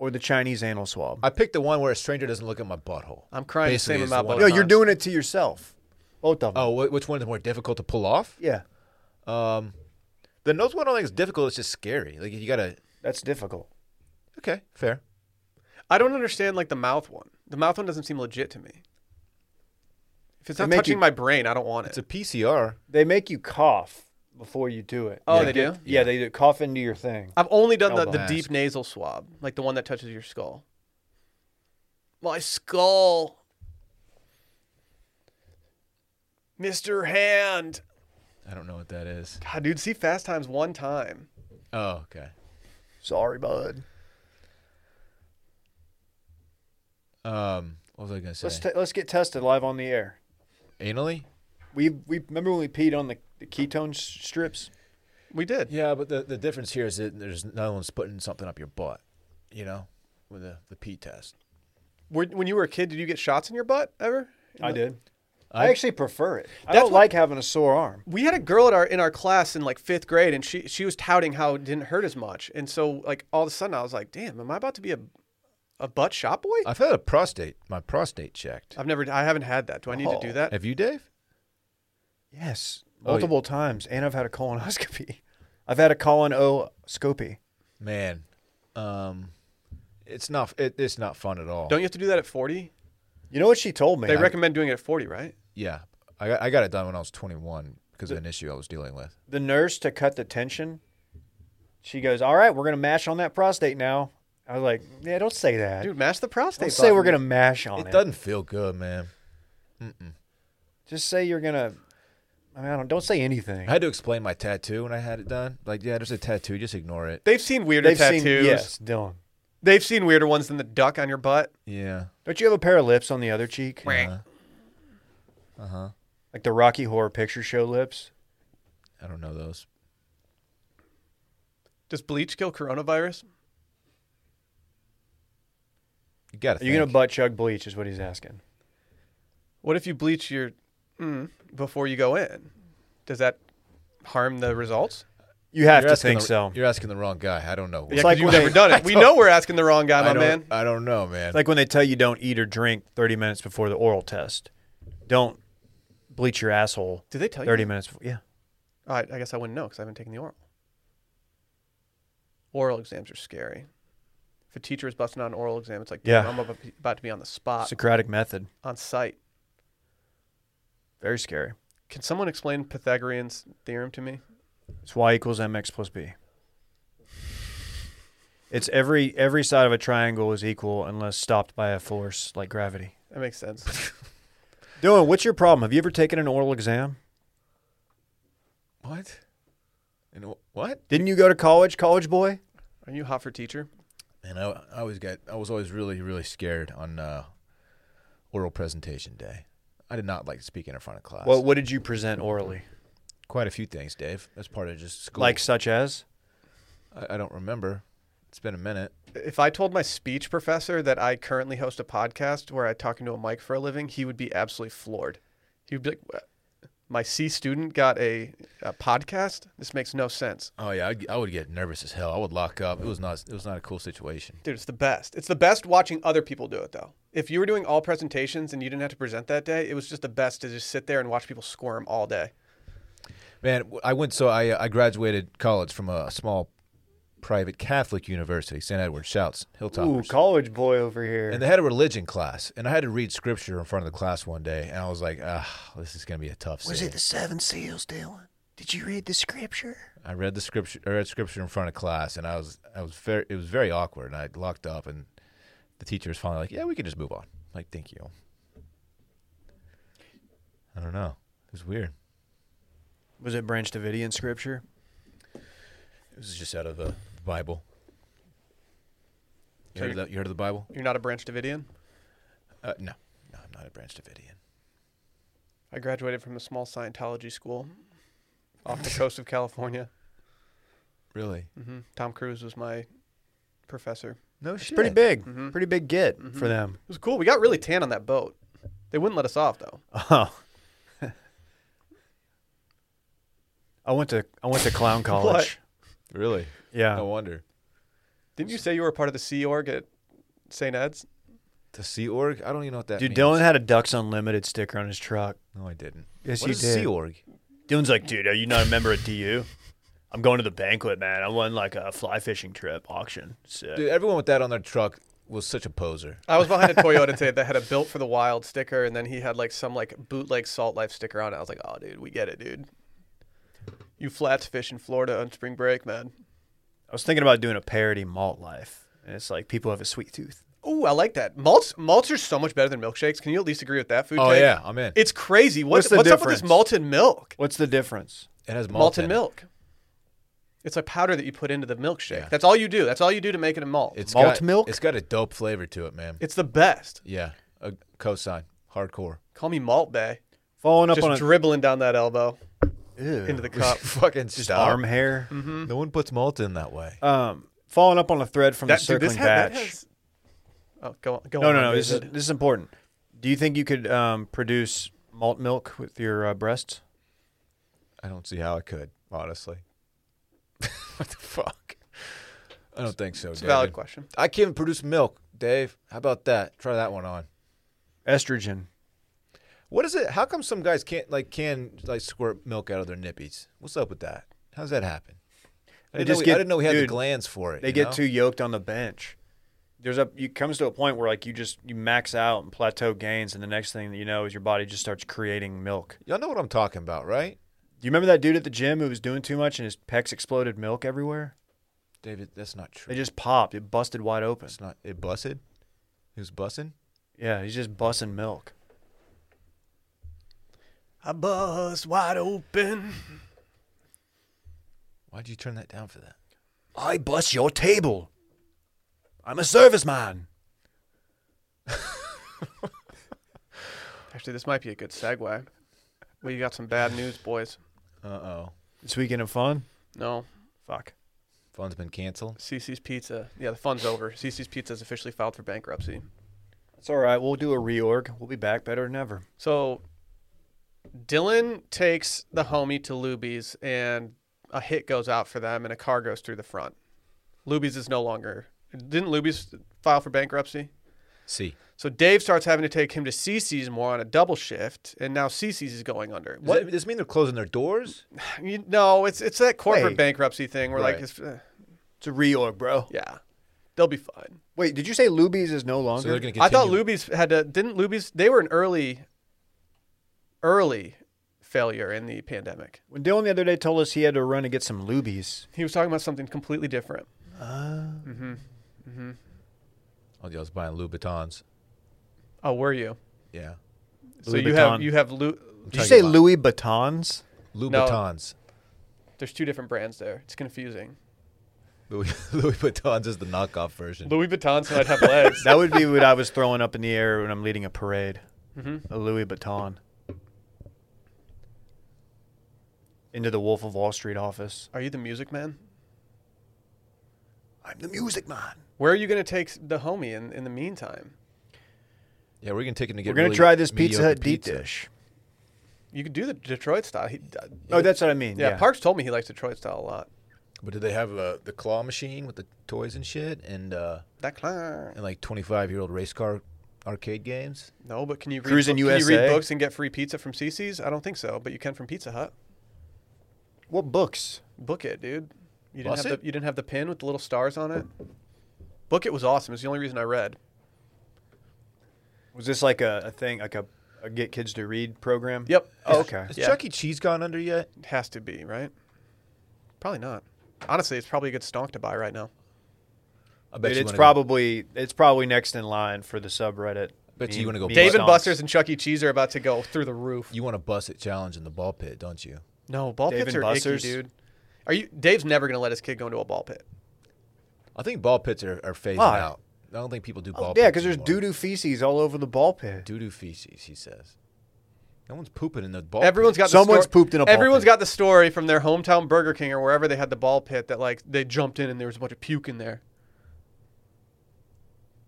B: or the Chinese anal swab?
C: I picked the one where a stranger doesn't look at my butthole.
A: I'm crying the
C: Basically,
A: same
C: it's the
A: amount
C: one-
A: both
B: no, you're
A: times.
B: doing it to yourself. Both of them.
C: Oh, wh- which one is more difficult to pull off?
B: yeah,
C: Um, the nose one I don't think is difficult. It's just scary. Like you gotta.
B: that's difficult.
C: Okay, fair.
A: I don't understand like the mouth one. The mouth one doesn't seem legit to me. If it's
B: They
A: not
B: make
A: touching
B: you-
A: my brain, I don't want
C: It's
A: it.
C: a PCR.
B: They make you cough before you do it.
A: oh,
C: yeah,
A: they do.
C: get-
B: Yeah, they do cough into your thing.
A: I've only done the,
B: Elbow.
A: the deep nasal swab, like the one that touches your skull. My skull, Mister Hand.
C: I don't know what that is.
A: God, dude, see Fast Times one time.
C: Oh, okay.
B: Sorry, bud.
C: Um, what was I gonna say?
B: Let's t- let's get tested live on the air.
C: Anally?
B: We we remember when we peed on the, the ketone s- strips.
A: We did.
C: Yeah, but the, the difference here is that there's no one's putting something up your butt, you know, with the the pee test.
A: Were, when you were a kid, did you get shots in your butt ever?
B: I did. I, actually prefer it. I
A: That's
B: don't
A: what-
B: like having a sore arm.
A: we had a girl at our in our class in like fifth grade, and she she was touting how it didn't hurt as much, and so like all of a sudden I was like, damn, am I about to be a a butt shop boy?
C: I've had a prostate, my prostate checked.
A: I've never, I haven't had that. Do I need to do
B: Oh.
A: that?
C: Have you, Dave?
B: Yes,
C: Oh, yeah.
B: multiple times, and I've had a colonoscopy. I've had a colonoscopy.
C: Man, um, it's not it, it's not fun at all.
A: Don't you have to do that at forty?
B: You know what she told me?
A: They recommend doing it at forty, right?
C: yeah, I got, I got it done when I was 21 because of an issue I was dealing with.
B: the nurse to cut the tension. She goes, "All right, we're gonna mash on that prostate now." I was like, "Yeah, don't say that.
A: Dude, mash the prostate.
B: don't say we're
A: button.
B: gonna mash
A: Oh,
B: on it.
C: It doesn't feel good, man.
B: Just say you're gonna. I mean, I don't. Don't say anything.
C: I had to explain my tattoo when I had it done. Like, yeah, there's a tattoo. Just ignore it.
A: They've seen weirder
B: They've
A: tattoos.
B: seen yes, Dylan.
A: They've seen weirder ones than the duck on your butt.
C: Yeah.
B: Don't you have a pair of lips on the other cheek,
C: Uh huh.
B: like the Rocky Horror Picture Show lips?
C: I don't know those.
A: Does bleach kill coronavirus?
C: You got to.
B: Are you gonna butt chug bleach? Is what he's asking.
A: What if you bleach your mm, before you go in? Does that harm the results?
B: You have to
C: asking
B: think
C: the,
B: so.
C: You're asking the wrong guy. I don't know.
A: Yeah, 'cause
B: like
A: you've
B: when
A: never
B: they-
A: done it. We know we're asking the wrong guy,
C: I
A: my
C: don't,
A: man.
C: I don't know, man.
B: Like when they tell you don't eat or drink 30 minutes before the oral test. Don't bleach your asshole
A: Did they tell you?
B: 30 minutes. Before, yeah.
A: All right, Oh, I guess I wouldn't know because I haven't taken the oral. Oral exams are scary. If a teacher is busting on an oral exam, it's like,
B: Yeah.
A: yeah, I'm ab- about to be on the spot,
B: Socratic method.
A: on site.
B: Very scary.
A: Can someone explain Pythagorean's theorem to me?
B: It's y equals mx plus b. It's every every side of a triangle is equal unless stopped by a force like gravity.
A: That makes sense.
B: Dylan, what's your problem? Have you ever taken an oral exam?
C: what? And wh- what?
B: Didn't you go to college, college boy?
A: Are you hot for teacher?
C: Man, I, I always got. I was always really, really scared on uh, oral presentation day. I did not like speaking in front of class.
B: What what did you present orally?
C: quite a few things, Dave. That's part of just school.
B: Like such as?
C: I, I don't remember. It's been a minute.
A: If I told my speech professor that I currently host a podcast where I talk into a mic for a living, he would be absolutely floored. He'd be like, "Wha- my C student got a, a podcast. This makes no sense,
C: Oh yeah, I'd, I would get nervous as hell. I would lock up. It was not. It was not a cool situation.
A: dude. It's the best. It's the best watching other people do it though. If you were doing all presentations and you didn't have to present that day, it was just the best to just sit there and watch people squirm all day.
C: Man, w- I went. So I uh, I graduated college from a small private Catholic university, St. Edward Shouts
B: Ooh,
C: Hilltoppers.
B: college boy over here.
C: and they had a religion class, and I had to read scripture in front of the class one day, and I was like, ah, this is gonna be a tough. Was
B: seven seals, Dylan? Did you read the scripture?
C: I read the scripture. I read scripture in front of class, and I was I was very it was very awkward, and I locked up, and the teacher was finally like, "Yeah, we can just move on." I'm like, thank you. I don't know. It was weird.
B: Was it Branch Davidian scripture?
C: It was just out of the Bible. You
A: So
C: heard, of
A: you-
C: the, you heard of the Bible?
A: You're not a Branch Davidian.
C: Uh, no, no, I'm not a Branch Davidian.
A: I graduated from a small Scientology school off the coast of California.
C: Really?
A: hmm Tom Cruise was my professor. It
B: No shit. Pretty big. Pretty big get for them.
A: was cool. We got really tan on that boat. They wouldn't let us off though.
B: Oh. I went to I went to clown college.
C: Really?
B: Yeah.
C: No wonder.
A: Didn't you say you were part of the Sea Org at St. Ed's?
C: The Sea Org? I don't even know what that.
B: Dude,
C: means.
B: Dylan had a Ducks Unlimited sticker on his truck.
C: No, I didn't.
B: Yes,
C: What
B: you
C: is Sea
B: did.
C: Org?
B: Dylan's like, dude, are you not a member of DU? I'm going to the banquet, man. I won like a fly fishing trip auction. Sick.
C: Dude, everyone with that on their truck was such a poser.
A: I was behind a Toyota today that had a "Built for the Wild" sticker, and then he had like some like bootleg Salt Life sticker on it. I was like, "Oh, dude, we get it, dude. You flats fish in Florida on spring break, man.
B: I was thinking about doing a parody malt life. And it's like people have a sweet tooth.
A: Ooh, I like that. Malts malts are so much better than milkshakes. Can you at least agree with that food?
C: Oh
A: take?
C: yeah, I'm in. It,
A: it's crazy. What,
B: What's the
A: what's up with this
B: difference?
A: malted milk?
B: What's the difference?
C: has malt
A: malted
C: in it.
A: milk. It's like powder that you put into the milkshake.
C: Yeah.
A: That's all you do. That's all you do to make it a malt. It's,
C: It's
B: Malt
C: got,
B: milk?
C: It's got a dope flavor to it, man.
A: the best.
C: Yeah, a cosign, hardcore.
A: Call me Malt Bay.
B: Following up
A: Just
B: on a,
A: dribbling down that elbow
B: Ew.
A: into the cup.
C: Fucking
B: just
C: stop.
B: arm hair.
A: Mm-hmm.
C: No one puts malt in that way.
B: Um, following up on a thread from the
A: That, dude,
B: circling
A: this ha- that
B: batch.
A: has. Oh, go on. Go
B: no,
A: on,
B: no, no.
A: dude.
B: This is this is important. Do you think you could um, produce malt milk with your uh, breasts?
C: I don't see how I could, honestly. what the fuck? I don't think so.
A: It's a
C: David.
A: valid question.
C: I can't produce milk, Dave. How about that? Try that one on.
B: Estrogen.
C: What is it? How come some guys can't like can like squirt milk out of their nippies? What's up with that? How's that happen?
B: They
C: I didn't,
B: just
C: know, we,
B: get-
C: I didn't know we had the
B: dude,
C: glands for it.
B: They
C: you
B: get
C: know?
B: too yoked on the bench. There's a it comes to a point where like you just you max out and plateau gains, and the next thing that you know is your body just starts creating milk.
C: Y'all know what I'm talking about, right?
B: Do you remember that dude at the gym who was doing too much and his pecs exploded milk everywhere?
C: David, that's not true.
B: They just popped. It busted wide open.
C: It's not. It busted. Who's bussing?
B: Yeah, he's just bussing milk.
A: I buzz wide open.
C: Why'd you turn that down for that?
B: I bust your table. I'm a serviceman.
A: Actually, this might be a good segue. We got some bad news, boys.
C: Uh oh.
B: This weekend of fun.
A: No,
B: Fuck.
C: Fun's been canceled.
A: CC's Pizza. Yeah, the fun's over. CC's Pizza has officially filed for bankruptcy.
B: It's all right. We'll do a reorg. We'll be back better than ever.
A: So Dylan takes the homie to Luby's and a hit goes out for them and a car goes through the front. Luby's is no longer didn't Luby's file for bankruptcy?
C: See,
A: So Dave starts having to take him to CC's more on a double shift, and now CC's is going under.
C: what
A: What?
C: does, this mean? They're closing their doors?
A: You- no, it's it's that corporate
B: Wait.
A: bankruptcy thing where
C: Right.
A: like, it's, uh,
B: It's a reorg, bro.
A: yeah, they'll be fine.
B: Wait, did you say Luby's is no longer?
C: So they're going to
A: I thought Luby's had to didn't Luby's they were an early, early failure in the pandemic.
B: when Dylan the other day told us he had to run to get some Lubies.
A: He was talking about something completely different.
C: Oh, yeah, I was buying Louboutins.
A: Oh, were you?
C: Yeah,
A: So
B: Louis
A: you have
B: Vuitton.
A: you have Lu-
B: Did you
C: Talking
B: say
C: about-
B: Louis Batons?
C: Louboutins.
A: there's two different brands there. It's confusing.
C: Louis, Louis Vuittons is the knockoff version.
A: Louis Vuitton so I'd have legs.
B: That would be what I was throwing up in the air when I'm leading a parade.
A: Mm-hmm.
B: A Louis Baton. Into the Wolf of Wall Street office.
A: Are you the music man?
B: I'm the music man.
A: Where are you gonna take the homie in, in the meantime?
C: yeah, we're going to take him to get.
B: We're gonna
C: really
B: try this Pizza
C: mediocre
B: Hut deep
C: pizza.
B: dish.
A: You could do the Detroit style. He, uh,
B: Oh, that's what I mean.
A: yeah,
B: Yeah.
A: Parks told me he likes Detroit style a lot.
C: But did they have uh, the claw machine with the toys and shit and uh,
A: That clown.
C: and like 25 year old race car arcade games?
A: No, but can you read,
B: Cruising
A: can you read
B: USA?
A: books and get free pizza from CC's? I don't think so, but you can from Pizza Hut.
B: What books?
A: Book it, dude. You didn't
C: Was
A: have
C: it?
A: the you didn't have the pin with the little stars on it. Book it was awesome. It's the only reason I read.
B: Was this like a, a thing, like a, a get kids to read program?
A: Yep.
B: Oh, okay.
C: Has
A: Yeah.
C: Chuck E. Cheese gone under yet?
A: It has to be right. Probably not. Honestly, it's probably a good stonk to buy right now.
C: I
B: But
C: you
B: it's
C: wanna go-
B: probably it's probably next in line for the subreddit.
C: Bet you
B: meme-
C: wanna go
B: meme
C: Dave
A: David
B: songs.
A: Buster's and Chuck E. Cheese are about to go through the roof.
C: you want to bust it challenge in the ball pit, don't you?
A: No, ball
B: Dave
A: pits are
B: and Buster's?
A: icky, dude. Are you? Dave's never gonna let his kid go into a ball pit.
C: I think ball pits are, are phasing
B: Why?
C: out. I don't think people do ball
B: Oh,
C: pits.
B: yeah, because there's
C: anymore.
B: doo doo feces all over the ball pit.
C: doo doo feces. He says, "No one's pooping in the ball."
A: Everyone's
C: pit.
A: got
B: Someone's
A: the stor-
B: pooped in a ball
A: Everyone's
B: pit.
A: got the story from their hometown Burger King or wherever they had the ball pit that like they jumped in and there was a bunch of puke in there.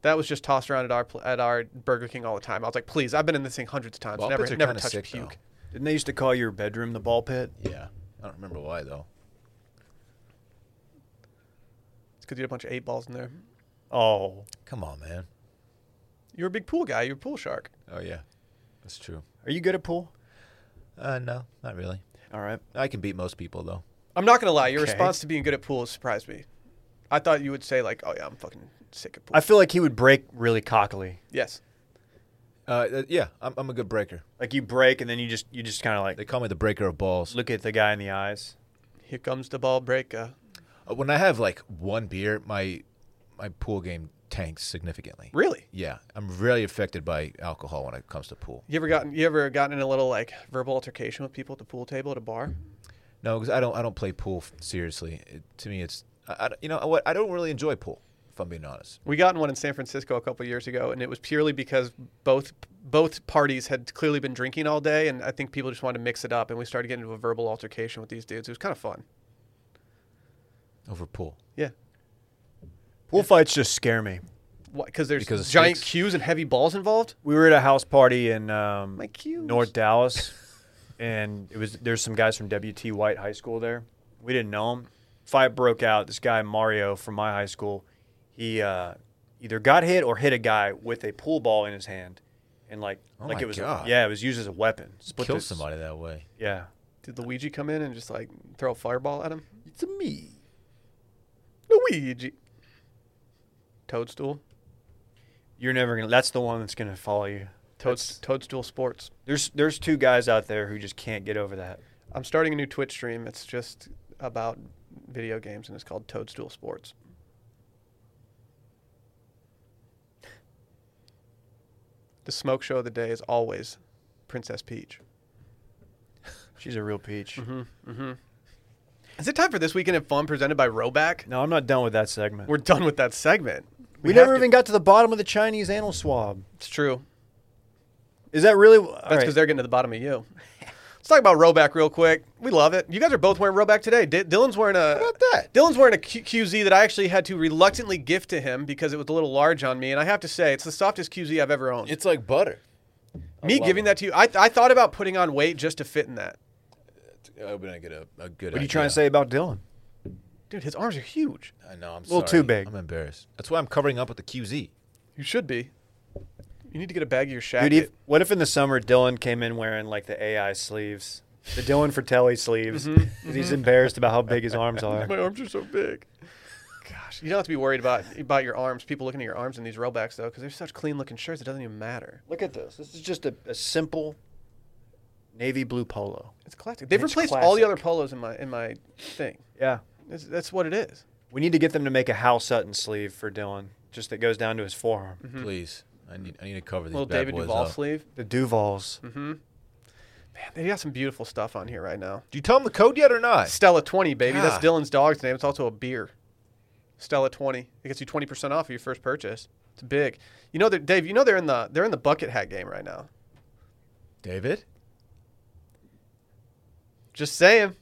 A: That was just tossed around at our pl- at our Burger King all the time. I was like, please, I've been in this thing hundreds of times.
C: Ball
A: never
C: pits are
A: never
C: kinda
A: touched
C: sick,
A: puke.
B: Didn't they used to call your bedroom the ball pit?
C: Yeah, I don't remember why though.
A: It's because you had a bunch of eight balls in there.
B: Oh,
C: Come on, man.
A: You're a big pool guy. You're a pool shark.
C: Oh yeah, that's true.
B: are you good at pool?
C: Uh, no, not really.
B: All right.
C: I can beat most people though.
A: I'm not gonna lie. Your
B: Okay.
A: response to being good at pool surprised me. I thought you would say like, oh yeah, I'm fucking sick at pool.
B: I feel like he would break really cockily.
A: yes.
C: Uh, uh, yeah, I'm, I'm a good breaker.
B: Like you break and then you just you just kind of
C: They
B: like
C: call me the breaker of balls.
B: look at the guy in the eyes.
A: Here comes the ball breaker.
C: Uh, When I have like one beer, my my pool game tanks significantly.
A: Really?
C: Yeah, I'm really affected by alcohol when it comes to pool.
A: You ever gotten you ever gotten in a little like verbal altercation with people at the pool table at a bar?
C: No, because I don't. I don't play pool f- seriously. It, to me, it's I, I, you know what. I don't really enjoy pool. If I'm being honest.
A: We got in one in San Francisco a couple years ago, and it was purely because both both parties had clearly been drinking all day, and I think people just wanted to mix it up, and we started getting into a verbal altercation with these dudes. It was kind of fun.
C: Over pool.
A: Yeah,
B: Pool fights just scare me.
A: because there's
C: Because of
A: giant
C: sticks?
A: cues and heavy balls involved.
B: We were at a house party in um,
A: My cues.
B: North Dallas, and it was there's some guys from WT White High School there. We didn't know him. Fight broke out. This guy Mario from my high school, he uh, either got hit or hit a guy with a pool ball in his hand, and like
C: Oh
B: like
C: my
B: it was
C: God.
B: yeah, it was used as a weapon. Split
C: Kill
B: this-
C: somebody that way.
B: Yeah,
A: Did Luigi come in and just like throw a fireball at him?
B: it's a me.
A: Luigi. Toadstool.
B: You're never gonna. That's the one that's gonna follow you.
A: Toads, Toadstool Sports.
B: There's there's two guys out there who just can't get over that.
A: I'm starting a new Twitch stream. It's just about video games, and it's called Toadstool Sports. The smoke show of the day is always Princess Peach.
B: She's a real peach.
A: Is it time for this weekend in fun presented by Roback?
B: No, I'm not done with that segment.
A: We're done with that segment.
B: we
A: have
B: never
A: to-
B: even got to the bottom of the Chinese anal swab.
A: It's true.
B: Is that really?
A: That's because they're getting to the bottom of you. Let's talk about Roback real quick. We love it. You guys are both wearing Roback today. D- Dylan's wearing a
C: about that?
A: Dylan's wearing a Q- QZ that I actually had to reluctantly gift to him because it was a little large on me, and I have to say it's the softest QZ I've ever owned.
C: It's like butter.
A: me
C: love
A: giving
C: it.
A: that to you, I, I thought about putting on weight just to fit in that.
C: I would get a, a good.
B: What are you trying to say about Dylan?
A: Dude, his arms are huge.
C: I know. I'm a
B: little too big.
C: I'm embarrassed. That's why I'm covering up with the QZ.
A: You should be. You need to get a bag of your shack.
B: Dude, if, what if in the summer Dylan came in wearing like the AI sleeves, the Dylan Fratelli sleeves?
A: Mm-hmm,
B: 'cause He's embarrassed about how big his arms are.
A: My arms are so big. Gosh, you don't have to be worried about about your arms. People looking at your arms in these Robacks though, because they're such clean looking shirts, it doesn't even matter.
B: Look at this. This is just a, a simple navy blue polo.
A: It's classic. They've
B: It's
A: replaced all the
B: classic.
A: other polos in my in my thing.
B: Yeah.
A: That's, that's what it is.
B: We need to get them to make a Hal Sutton sleeve for Dylan, just that goes down to his forearm.
C: Please, I need. I need to cover these
A: Little
C: bad
A: David
C: boys
A: Duval
C: up.
A: sleeve. Mm-hmm.
B: The Duvals.
A: Man, they got some beautiful stuff on here right now.
C: Do you tell them the code yet or not?
A: Stella twenty, baby. That's
C: God.
A: Dylan's dog's name. It's also a beer. Stella twenty. It gets you twenty percent off of your first purchase. It's big. You know that Dave. You know they're in the they're in the bucket hat game right now.
C: David.
A: Just saying.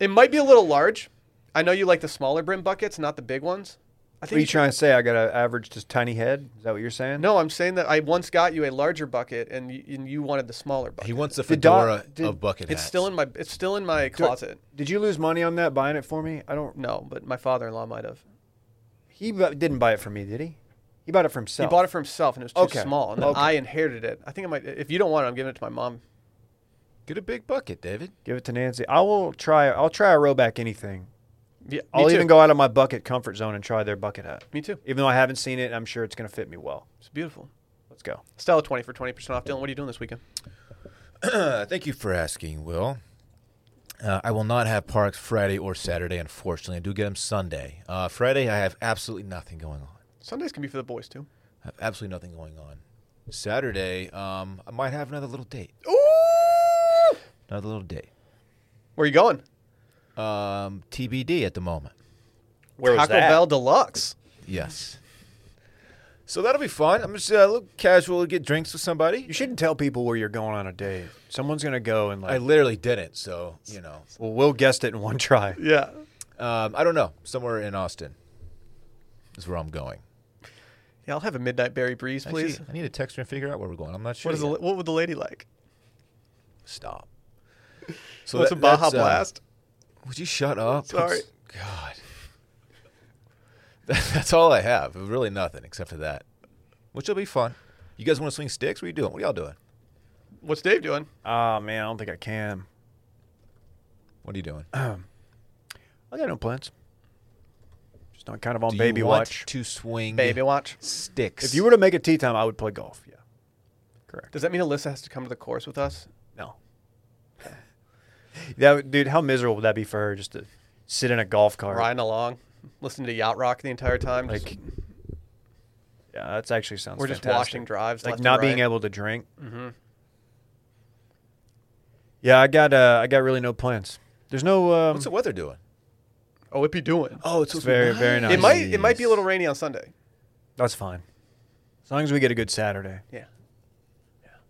A: It might be a little large. I know you like the smaller brim buckets, not the big ones. I
B: What are you
A: think
B: trying to say? I got an average just tiny head? Is that what you're saying?
A: no, I'm saying that I once got you a larger bucket, and you, and you wanted the smaller bucket.
C: He wants the
B: Did Doc-
C: fedora
B: did-
C: of bucket
A: it's
C: hats.
A: still in my it's still in my closet.
B: Did you lose money on that buying it for me? I don't.
A: No, but my father-in-law might have.
B: He bu- didn't buy it for me, did he? He bought it for himself.
A: He bought it for himself, and it was too
B: Okay.
A: small, and then
B: Okay.
A: I inherited it. I think I might. If you don't want it, I'm giving it to my mom.
C: Get a big bucket, David.
B: Give it to Nancy. I will try. I'll try a row back anything.
A: Yeah,
B: I'll
A: me too.
B: even go out of my bucket comfort zone and try their bucket hat.
A: Me too.
B: Even though I haven't seen it, I'm sure it's going to fit me well.
A: It's beautiful.
B: Let's go.
A: Stella twenty for twenty percent off. Dylan, what are you doing this weekend?
C: Uh, thank you for asking, Will. Uh, I will not have parks Friday or Saturday, unfortunately. I do get them Sunday. Uh, Friday, I have absolutely nothing going on.
A: Sundays can be for the boys too.
C: I have absolutely nothing going on. Saturday, um, I might have another little date.
A: Ooh!
C: Another little date.
A: Where are you going?
C: Um, TBD at the moment.
B: Where
A: Taco Bell Deluxe.
C: Yes. So that'll be fun. I'm just uh, a little casual, get drinks with somebody.
B: You shouldn't tell people where you're going on a date. Someone's going to go and
C: I
B: like.
C: literally didn't, so you know.
B: well, Will guessed it in one try.
A: Yeah.
C: Um, I don't know. Somewhere in Austin is where I'm going.
A: Yeah, I'll have a midnight berry breeze, please.
C: Actually, I need to text her and figure out where we're going. I'm not sure.
A: what is the,
C: yet.
A: what would the lady like?
C: stop?
A: So it's
C: that-
A: a Baja
C: that's, uh,
A: Blast.
C: Would you shut up?
A: Sorry.
C: God. That- That's all I have. Really nothing except for that, which will be fun. You guys want to swing sticks? What are you doing? What are y'all doing?
A: What's Dave doing?
B: Oh man, I don't think I can.
C: What are you doing?
B: I got no plans. Just not kind of on
C: Do
B: baby
C: you want
B: watch.
C: to swing
A: Baby watch.
C: sticks?
B: If you were to make a tea time, I would play golf. Yeah. Correct.
A: Does that mean Alyssa has to come to the course with us?
B: No. that would- dude, how miserable would that be for her just to sit in a golf cart?
A: Riding along, listening to yacht rock the entire time. just-
B: Like, yeah, that's actually sounds.
A: we're just
B: fantastic.
A: washing drives.
B: Like
A: left
B: not
A: and
B: being
A: right.
B: able to drink. Yeah, I got. Uh, I got really no plans. There's no. Um,
C: What's the weather doing?
A: Oh, it be doing.
C: Oh, it's
B: supposed to be very, very nice.
A: It might. It might be a little rainy on Sunday.
B: that's fine. As long as we get a good Saturday.
A: Yeah.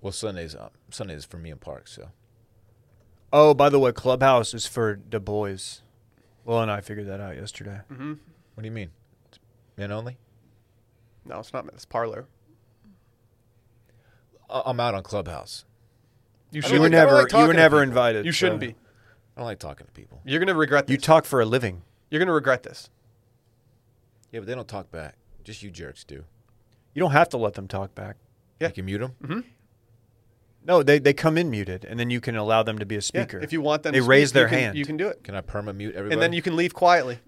C: Well, Sunday's up. Sunday's for me and Parks. So
B: Oh, by the way, clubhouse is for the boys. Will and I figured that out yesterday.
C: what do you mean? Men only?
A: No, it's not. It's parlor.
C: I- I'm out on Clubhouse.
A: You
B: You
C: I
A: should.
B: were
C: like- I don't
B: never.
C: like
B: you
C: talking
B: were
C: to
B: never
C: people.
B: invited.
A: You shouldn't
B: so-
A: be.
C: I don't like talking to people.
A: You're gonna regret this.
B: uh, You talk for a living.
A: You're gonna regret this.
C: Yeah, but they don't talk back. Just you jerks do.
B: You don't have to let them talk back.
A: Yeah.
C: You can mute
B: Mm-hmm.
C: them.
B: No, they, they come in muted, and then you can allow them to be a
A: Yeah,
B: speaker.
A: if you want them,
B: They
A: to speak,
B: raise
A: you
B: their
A: can-
B: hand.
A: You can do it,
C: Can I perma mute everybody?
A: and then you can leave quietly.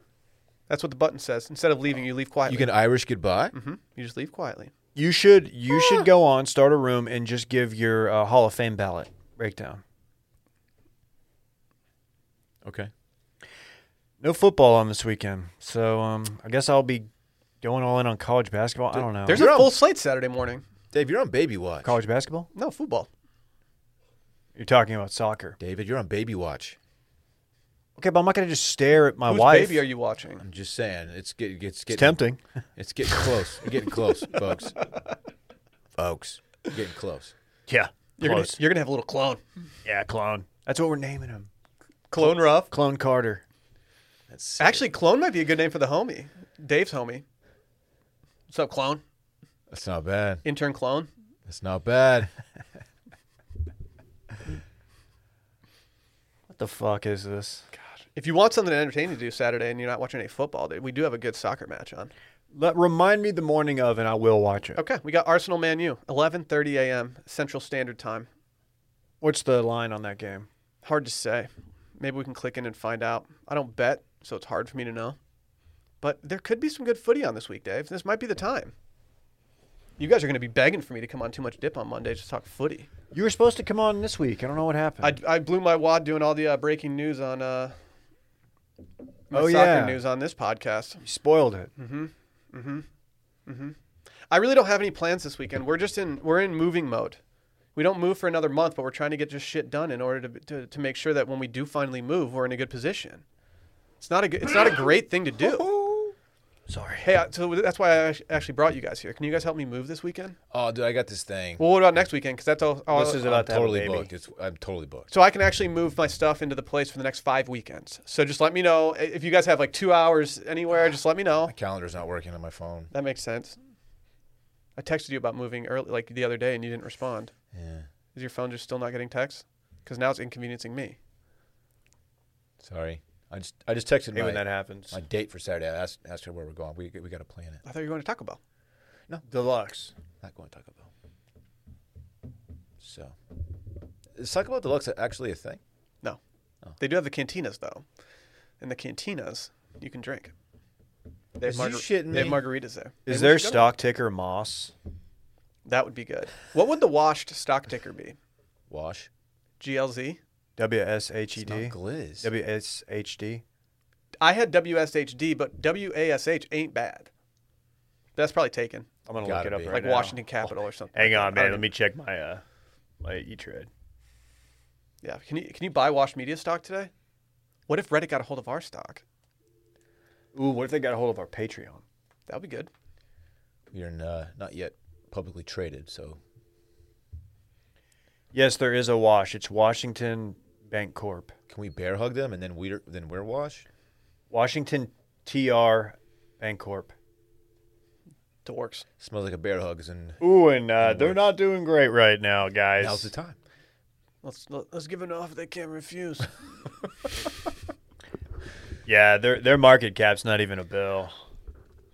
A: That's what the button says. Instead of leaving, you leave quietly.
C: You can Irish goodbye.
A: hmm You just leave quietly.
B: You should
A: Ah.
B: you should go on start a room and just give your uh, Hall of Fame ballot breakdown. Mm-hmm.
C: Okay.
B: No football on this weekend, so um, I guess I'll be going all in on college basketball. I don't know.
A: There's
C: You're
A: a
C: on-
A: full slate Saturday morning.
C: Dave, you're on baby watch.
B: college basketball.
A: No football.
B: You're talking about soccer.
C: David, you're on baby watch.
B: Okay, but I'm not gonna just stare at my
A: Whose
B: wife.
A: baby are you watching?
C: I'm just saying, it's get, it gets
B: It's
C: getting
B: tempting.
C: It's getting close. We're getting close, folks. Folks, we're getting close.
B: Yeah,
A: You're gonna,
B: close.
A: you're gonna have a little clone.
B: Yeah, clone. That's what we're naming him.
A: Clone Ruff.
B: Clone Carter.
C: That's sick.
A: Actually, clone might be a good name for the homie. Dave's homie. What's up, clone?
C: that's not bad.
A: Intern clone.
C: That's not bad.
B: What the fuck is this?
A: If you want something to entertain you to do Saturday and you're not watching any football, we do have a good soccer match on.
B: Let, remind me the morning of, and I will watch it.
A: Okay, we got Arsenal Man U, 11:30 a.m. Central Standard Time.
B: What's the line on that game?
A: Hard to say. Maybe we can click in and find out. I don't bet, so it's hard for me to know. But there could be some good footy on this week, Dave. This might be the time. You guys are going to be begging for me to come on too much dip on Monday to talk footy.
B: You were supposed to come on this week. I don't know what happened.
A: I, I blew my wad doing all the uh, breaking news on uh, my
B: Oh,
A: soccer
B: yeah.
A: news on this podcast.
B: you spoiled it.
A: I really don't have any plans this weekend. We're just in we're in moving mode. We don't move for another month, but we're trying to get just shit done in order to to, to make sure that when we do finally move, we're in a good position. It's not a good- it's not a great thing to do.
B: Sorry.
A: Hey, I- so that's why I act- actually brought you guys here. Can you guys help me move this weekend?
C: Oh, dude, I got this thing.
A: Well, what about next weekend? Because that's all. all
B: This is
A: all-
B: about
C: I'm
B: to have a
C: totally
B: baby.
C: booked. It's, I'm totally booked.
A: So I can actually move my stuff into the place for the next five weekends. So just let me know I- if you guys have like two hours anywhere. Just let me know.
C: My calendar's not working on my phone.
A: That makes sense. I texted you about moving early, like the other day, and you didn't respond.
C: Yeah.
A: Is your phone just still not getting texts? Because now it's inconveniencing me.
C: Sorry. I just I just texted
B: Hey,
C: my,
B: when that happens.
C: my date for Saturday. I asked, asked her where we're going. We we got to plan it.
A: I thought you were going to Taco Bell.
B: Deluxe.
C: Not going to Taco Bell. So, is Taco Bell Deluxe actually a thing?
A: No,
B: Oh.
A: they do have the cantinas though. In the cantinas, you can drink. They have,
B: Is you shitting
A: they have
B: me?
A: margaritas there. Maybe we
B: Is there
A: should go.
B: stock ticker Moss?
A: That would be good. What would the washed stock ticker be?
C: Wash.
A: GLZ.
B: W S H E
C: It's not
B: D.
C: Gliz.
B: W S H D.
A: I had WSHD, but WASH ain't bad. That's probably taken,
B: I'm gonna
C: Gotta
B: look it up
C: be.
B: right
A: like
B: now.
A: Washington Capitol or something.
B: Hang on,
A: I
B: man.
A: don't
B: Let me check my uh my E Trade.
A: know. Yeah, can you can you buy Wash Media stock today? What if Reddit got a hold of our stock?
B: Ooh, what if they got a hold of our Patreon?
A: That would be good.
C: we are uh, not yet publicly traded, so
B: Yes, there is a wash. It's Washington Bank Corp.
C: can we bear hug them and then we then we're wash?
B: Washington TR Bank Corp.
A: Dorks.
C: Smells like a bear hugs and
B: Ooh, and uh, they're not doing great right now, guys.
C: now's the time.
A: Let's let's give an offer they can't refuse.
B: Yeah, their their market cap's not even a bill.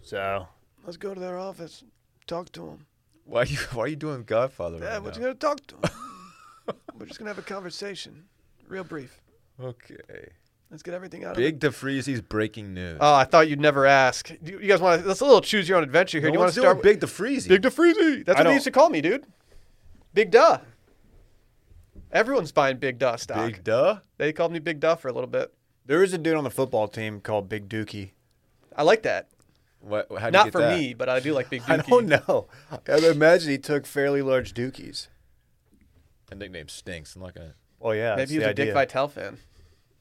B: So
A: let's go to their office, talk to them.
C: Why are you why are you doing Godfather?
A: Yeah,
C: right
A: we're
C: now?
A: just gonna talk to them. we're just gonna have a conversation, real brief.
C: Okay.
A: Let's get everything out.
C: Big DeFreeze's breaking news.
A: Oh, I thought you'd never ask. Do You you guys want to? Let's a little choose your own adventure here.
C: No
A: Do you want
C: one's
A: to
C: doing
A: start with-
C: Big DeFreeze?
A: Big DeFreezy. That's
B: I
A: what they
B: don't-
A: used to call me, dude. Big Duh. Everyone's buying Big Duh stock.
C: Big Duh.
A: They called me Big Duh for a little bit.
B: there is a dude on the football team called Big Dookie.
A: I like that.
C: What, how do you
A: Not
C: get
A: for
C: that?
A: me, but I do like Big
B: I
A: Dookie.
B: don't know. I would imagine he took fairly large dookies.
C: That nickname stinks. I'm not gonna.
B: Oh yeah, that's
A: Maybe he was
B: the
A: a Dick
B: idea.
A: Vitale fan.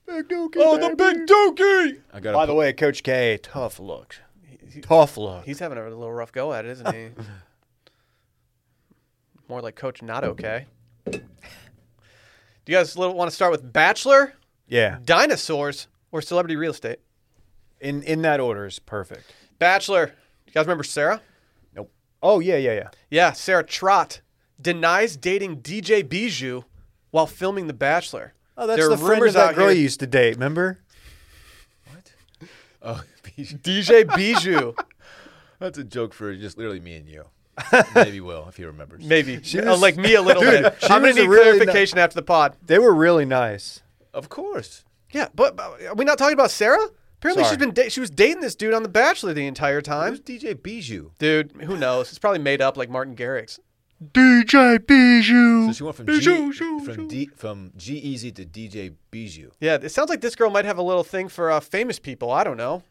B: Big Dookie.
A: Oh, the Big Dookie!
C: I got.
B: By the way, Coach K, tough look. Tough look.
A: He's having a little rough go at it, isn't he? More like Coach Not Okay. Do you guys want to start with Bachelor,
B: Yeah,
A: Dinosaurs, or Celebrity Real Estate?
B: in in that order is perfect.
A: Bachelor. You guys remember Sarah?
B: Nope. Oh yeah, yeah, yeah.
A: Yeah, Sarah Trott denies dating DJ Bijou while filming The Bachelor.
B: Oh, that's
A: There are
B: the friend of
A: rumors
B: that
A: out
B: girl
A: here-
B: you used to date. Remember?
C: What? Oh,
A: DJ Bijou,
C: that's a joke for just literally me and you. Maybe Will, if he remembers.
A: maybe
B: She
A: Uh,
B: was-
A: like me a little
B: Dude,
A: bit.
B: she
A: I'm gonna
B: was
A: need
B: really not-
A: clarification after the pod.
B: They were really nice.
C: Of course.
A: Yeah, but, but are we not talking about Sarah? Apparently,
B: Sorry.
A: she's been da- she was dating this dude on The Bachelor the entire time.
C: Who's DJ Bijou?
A: Dude, who knows? It's probably made up like Martin Garrix.
B: DJ Bijou.
C: So she went from G, from D, from G Easy to DJ Bijou.
A: Yeah, it sounds like this girl might have a little thing for uh, famous people. I don't know.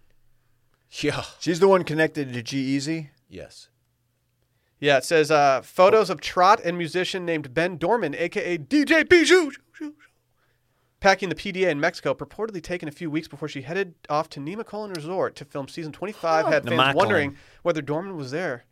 C: Yeah.
B: She's the one connected to G Easy.
C: Yes.
A: Yeah, it says uh, photos of trot and musician named Ben Dorman, aka DJ Bijou, packing the PDA in Mexico, purportedly taken a few weeks before she headed off to Nemacolin Resort to film season 25. had fans
B: Nemacolin.
A: wondering whether Dorman was there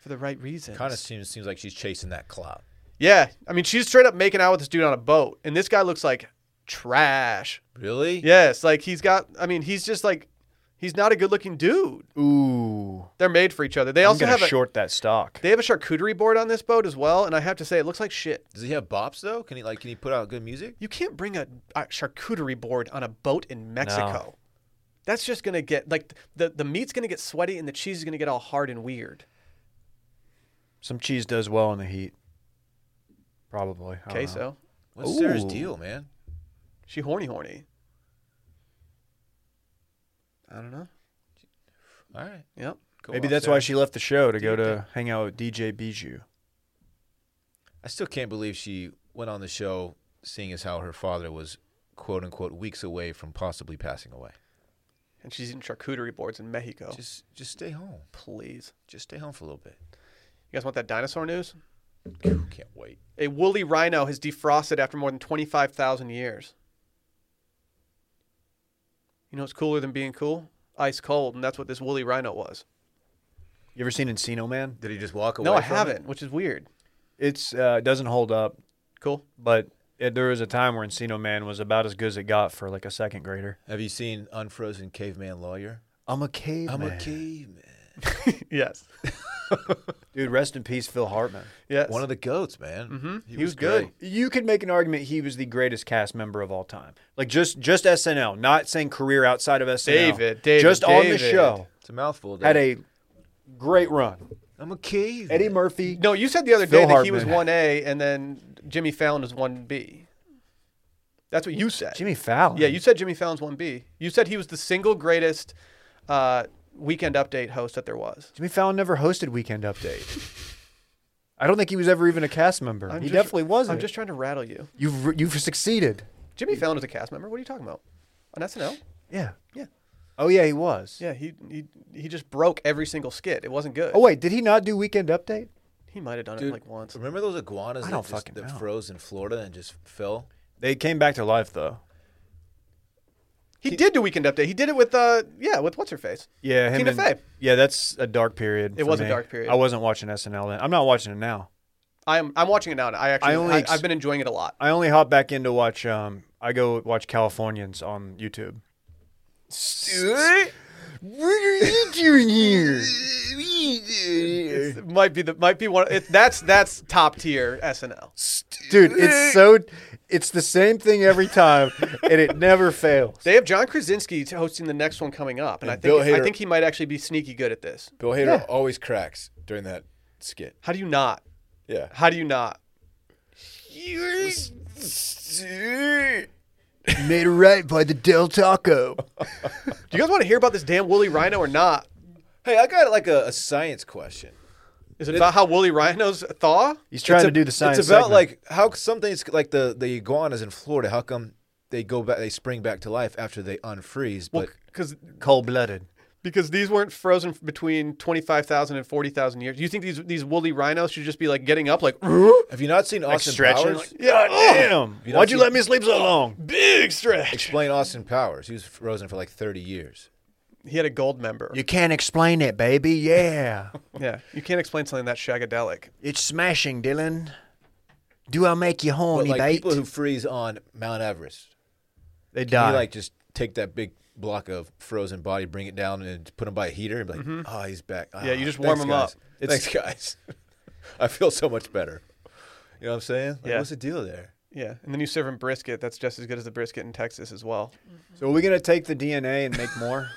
A: for the right reasons.
C: Kind of seems seems like she's chasing that clout.
A: Yeah, I mean, she's straight up making out with this dude on a boat, and this guy looks like trash.
C: Really?
A: Yes, like he's got. I mean, he's just like, he's not a good-looking dude.
B: Ooh.
A: They're made for each other. They
B: I'm
A: also
B: gonna
A: have a,
B: short that stock.
A: they have a charcuterie board on this boat as well, and I have to say, it looks like shit.
C: Does he have bops though? Can he like can he put out good music?
A: You can't bring a, a charcuterie board on a boat in Mexico. That's just gonna get like the the meat's gonna get sweaty and the cheese is gonna get all hard and weird.
B: Some cheese does well in the heat. Probably. I don't
A: Okay,
B: know.
A: so
C: What's Sarah's
B: Ooh.
C: deal, man?
A: she horny horny. I don't know.
C: All right.
A: Yep.
C: Go
B: maybe
C: on,
B: that's
C: Sarah.
B: why she left the show to go to hang out with DJ Bijou.
C: I still can't believe she went on the show, seeing as how her father was quote unquote weeks away from possibly passing away.
A: And she's eating charcuterie boards in Mexico.
C: Just just stay home.
A: Please.
C: Just stay home for a little bit.
A: You guys want that dinosaur news?
C: Can't wait.
A: A woolly rhino has defrosted after more than 25,000 years. You know what's cooler than being cool? ice cold, and that's what this woolly rhino was.
B: You ever seen Encino Man?
C: Did he just walk away?
A: No, I
C: from it?
A: haven't, which is weird.
B: It's uh, it doesn't hold up,
A: Cool.
B: but it, there was a time where Encino Man was about as good as it got for like a second grader.
C: Have you seen Unfrozen Caveman Lawyer?
B: I'm a caveman.
C: I'm a caveman.
A: yes.
B: Dude, rest in peace, Phil Hartman.
A: Yes.
C: One of the goats, man. Mm-hmm.
A: He was good.
C: great.
B: You could make an argument he was the greatest cast member of all time. Like just just SNL, not saying career outside of SNL.
A: David, David,
B: just on the
A: David.
B: show
C: It's a mouthful. Dude.
B: had a great run.
C: I'm a caveman.
B: Eddie Murphy.
A: no, you said the other
B: Phil
A: day that he was
B: Hartman.
A: one A, and then Jimmy Fallon is one B. That's what you said.
B: Jimmy Fallon.
A: Yeah, you said Jimmy Fallon's one B. You said he was the single greatest uh, weekend update host that there was.
B: Jimmy Fallon never hosted Weekend Update. I don't think he was ever even a cast member.
A: I'm
B: he
A: just-
B: definitely wasn't.
A: I'm just trying to rattle you.
B: You've you've succeeded.
A: Jimmy Fallon was a cast member. What are you talking about? On SNL?
B: Yeah.
A: Yeah.
B: Oh yeah, he was.
A: Yeah, he he he just broke every single skit. It wasn't good.
B: Oh wait, did he not do Weekend Update?
A: he might have done
C: Dude,
A: it like once.
C: Remember those iguanas
B: I
C: that,
B: don't
C: just-
B: fucking
C: that
B: know.
C: froze in Florida and just fell?
B: They came back to life though.
A: He, did do Weekend Update. He did it with uh yeah with what's her face.
B: Yeah, him
A: Tina
B: and-
A: Fey.
B: Yeah, that's a dark period.
A: It
B: for
A: was a
B: me.
A: dark period.
B: I wasn't watching SNL then. I'm not watching it now.
A: I'm I'm watching it now. and I actually
B: I
A: I
B: only ex-
A: I, have been enjoying it a lot.
B: I only hop back in to watch. Um, I go watch Californians on YouTube. What are you doing here?
A: It might be the might be one. It, that's that's top tier SNL.
B: Dude, it's so. It's the same thing every time, and it never fails.
A: They have John Krasinski to- hosting the next one coming up, and, I
C: And
A: think
C: Bill
A: I
C: Hader.
A: think he might actually be sneaky good at this.
C: Bill Hader
B: Yeah.
C: always cracks during that skit.
A: How do you not?
C: Yeah.
A: How do you not?
B: Made right by the Del Taco.
A: Do you guys want to hear about this damn woolly rhino or not?
C: Hey, I got like a, a science question.
A: Is it about how woolly rhinos thaw?
B: He's trying
C: It's
B: to
C: a-
B: do the science.
C: It's about
B: segment.
C: like how c- some things like the the iguanas in Florida. How come they go back? They spring back to life after they unfreeze. But
A: Because
B: cold blooded.
A: because these weren't frozen f- between 25,000 and 40,000 years. You think these these woolly rhinos should just be like getting up like
C: have you not seen Austin Powers?
B: God damn!
C: You don't
B: Why'd you
C: see-
B: let me sleep so long?
A: big stretch.
C: Explain Austin Powers. He was frozen for like thirty years.
A: He had a gold member.
B: can't explain it, baby. Yeah,
A: yeah. You can't explain something that shagadelic.
B: it's smashing, Dylan. Do I make you
C: But
B: horny,
C: like people who freeze on Mount Everest,
B: they
C: you
B: die.
C: like just take that big block of frozen body, bring it down, and put him by a heater, and be like, oh, he's back.
A: Mm-hmm. Yeah, you
C: Ah,
A: just warm
C: thanks,
A: him up.
C: guys. Thanks, guys. I feel so much better. You know what I'm saying? Like,
A: Yeah.
C: What's the deal there?
A: Yeah. And then you serve him brisket. That's just as good as the brisket in Texas as well.
B: so are we gonna take the DNA and make more?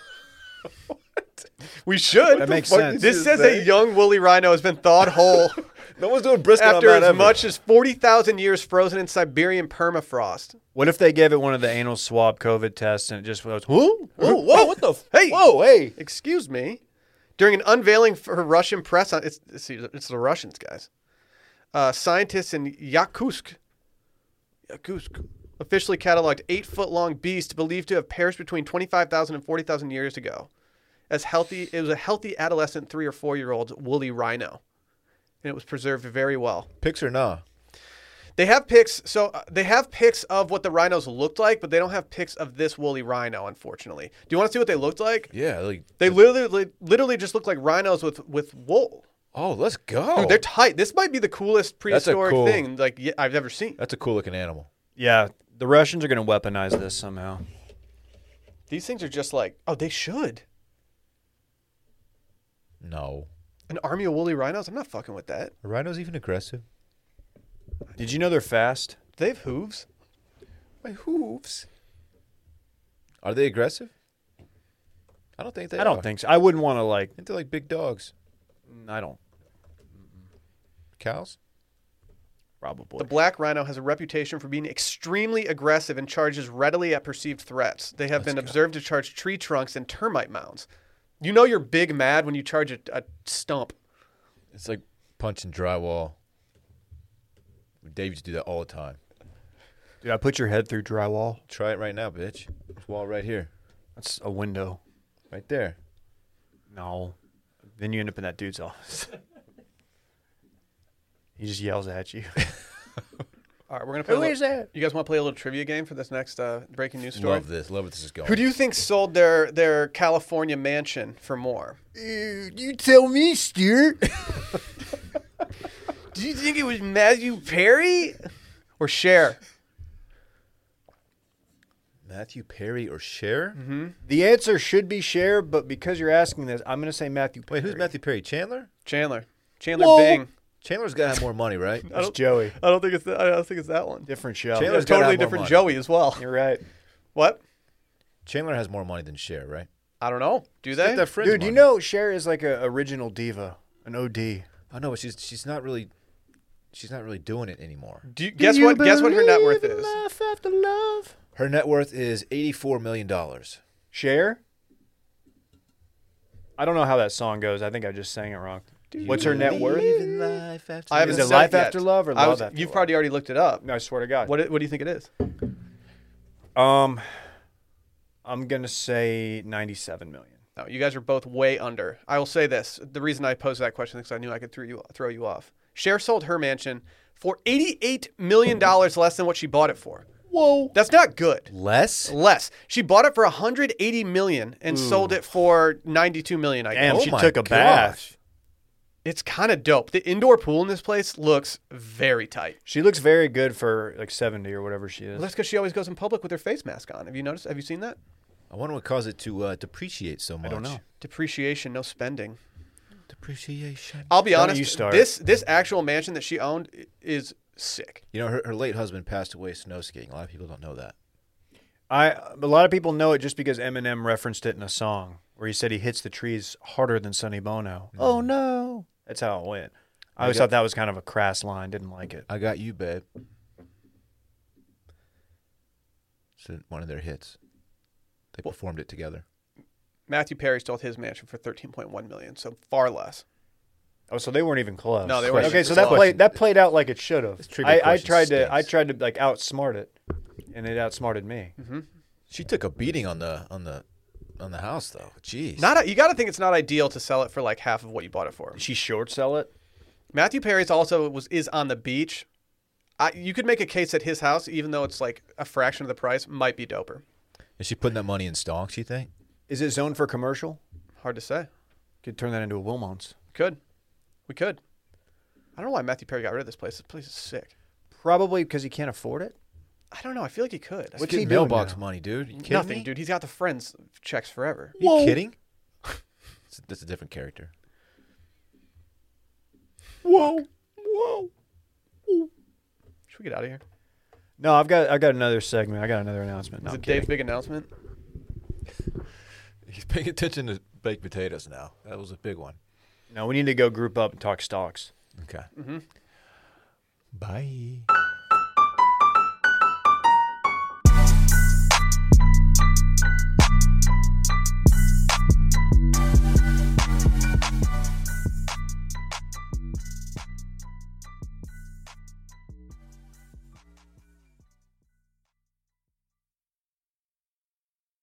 A: We should.
B: That makes sense.
A: This
C: This
A: says
C: is
A: a
C: big.
A: young woolly rhino has been thawed whole
C: No one's doing brisket
A: after
C: on Mount
A: as
C: Everest.
A: much as 40,000 years frozen in Siberian permafrost.
B: what if they gave it one of the anal swab COVID tests and it just was whoo?
C: Whoa, whoa, what the? F-
A: Hey!
C: whoa, hey!
A: Excuse me. During an unveiling for Russian press, on, it's, it's, it's the Russians, guys. Uh, scientists in Yakutsk, Yakutsk officially cataloged eight foot long beast believed to have perished between 25,000 and 40,000 years ago. As healthy, it was a healthy adolescent three or four year old woolly rhino, and it was preserved very well.
C: Pics or nah?
A: They have pics, so uh, they have pics of what the rhinos looked like, but they don't have pics of this woolly rhino, unfortunately. Do you want to see what they looked like?
C: Yeah, like
A: They literally, literally just look like rhinos with with wool.
C: oh, let's go.
A: Dude, they're tight. This might be the coolest
C: That's a
A: prehistoric
C: cool-
A: thing like y- I've ever seen.
C: That's a cool looking animal.
B: Yeah, the Russians are gonna weaponize this somehow.
A: These things are just like, oh, they should.
C: No,
A: An army of woolly rhinos? I'm not fucking with that.
C: are rhinos even aggressive?
B: Did you know they're fast?
A: Do they have hooves?
C: My hooves. Are they aggressive? I don't think they.
B: I don't
C: are.
B: think so. I wouldn't want to like.
C: I think they're like big dogs,
B: I don't
C: cows.
B: probably.
A: The black rhino has a reputation for being extremely aggressive and charges readily at perceived threats. They have been observed to charge tree trunks and termite mounds. You know you're big mad when you charge a, a stump.
C: It's like punching drywall. Dave used to do that all the time.
B: Dude, I put your head through drywall.
C: Try it right now, bitch. This wall right here,
B: That's a window.
C: right there.
B: No. Then you end up in that dude's office. he just yells at you.
A: All right, we're gonna play. a
B: Who
A: little-
B: is that?
A: You guys want to play a little trivia game for this next uh, breaking news story?
C: Love this. Love where this is going.
A: Who do you think sold their their California mansion for more?
B: You tell me, Stuart.
A: Do you think it was Matthew Perry or Cher?
C: Matthew Perry or Cher? Mm-hmm.
B: the answer should be share, but because you're asking this, I'm going to say Matthew.
C: Wait, who's
B: Perry.
C: Matthew Perry? Chandler?
A: Chandler. Chandler
B: Whoa.
A: Bing.
C: Chandler's got to have more money, right?
B: It's Joey.
A: I don't think it's that, I don't think it's that one.
B: Different show.
A: It was
C: Chandler's gotta
A: totally
C: have more
A: different
C: money.
A: Joey as well.
B: You're right,
A: What?
C: Chandler has more money than Cher, right?
A: I don't know. Do
C: Get
A: they?
C: that friend's
B: dude. You
C: money.
B: know, Cher is like a original diva, an OD.
C: I know, but Oh, she's she's not really she's not really doing it anymore.
A: Do you, guess what? Guess what her net worth is.
B: Life after love.
C: Her net worth is eighty four million dollars.
B: Cher. I don't know how that song goes. I think I just sang it wrong. What's her net worth?
A: I haven't
B: Is it
A: said
B: Life
A: yet.
B: After Love or
A: I
B: Love
A: was-
B: After
A: You've
B: Love?
A: probably already looked it up.
B: No, I swear to God.
A: What? What do you think it is?
B: Um, I'm gonna say 97 million.
A: No, you guys are both way under. I will say this: the reason I posed that question is because I knew I could throw you throw you off. Cher sold her mansion for eighty-eight million dollars less than what she bought it for.
B: Whoa.
A: That's not good.
C: Less?
A: Less. She bought it for hundred eighty million and sold it for ninety-two million. I
B: Damn,
A: guess
B: she
C: my
B: took a bath.
C: gosh.
A: it's kind of dope. The indoor pool in this place looks very tight.
B: She looks very good for like 70 or whatever she
A: Well,
B: is.
A: that's because she always goes in public with her face mask on. Have you noticed? Have you seen that?
C: I wonder what caused it to uh, depreciate so much.
B: don't know.
A: Depreciation, no spending.
C: Depreciation.
A: I'll be
B: Don't
A: honest.
B: you start.
A: This this actual mansion that she owned i- is sick.
C: You know, her, her late husband passed away snow skiing. A lot of people don't know that.
B: I a lot of people know it just because Eminem referenced it in a song where he said he hits the trees harder than Sonny Bono. Oh no. That's how it went. I always thought that was kind of a crass line. Didn't like it.
C: I got you, babe. It's in one of their hits. They performed it together.
A: Matthew Perry sold his mansion for thirteen point one million, so far less.
B: Oh, so they weren't even close.
A: No, they weren't
B: Okay,
A: even
B: so that
A: close.
B: played that played out like it should have.
C: trivia
B: I, I
C: question
B: tried to I
C: stinks.
B: tried to like outsmart it, and it outsmarted me.
C: She took a beating on the on the on the house though. Jeez.
A: Not a, you got to think it's not ideal to sell it for like half of what you bought it for.
B: She short sell it.
A: Matthew Perry's also was is on the beach. I, you could make a case that his house, even though it's like a fraction of the price, might be doper.
C: Is she putting that money in stonks, you think?
B: Is it zoned for commercial?
A: Hard to say.
B: Could turn that into a Wilmont's.
A: Could we could? I don't know why Matthew Perry got rid of this place. This place is sick.
B: Probably because he can't afford it.
A: I don't know. I feel like he could.
B: What's
C: Get
B: he doing
C: mailbox
B: now?
C: money, dude. You kidding
A: Nothing,
C: me?
A: dude. He's got the friends checks forever.
C: You
B: Whoa.
C: kidding? It's- That's a different character.
B: Whoa, whoa.
A: Should we get out of here?
B: No, I've got I got another segment. I got another announcement. No,
A: Is
B: I'm
A: it
B: kidding.
A: Dave's big announcement?
C: He's paying attention to baked potatoes now. That was a big one. Mm-hmm.
B: no, we need to go group up and talk stocks.
C: Okay. Bye.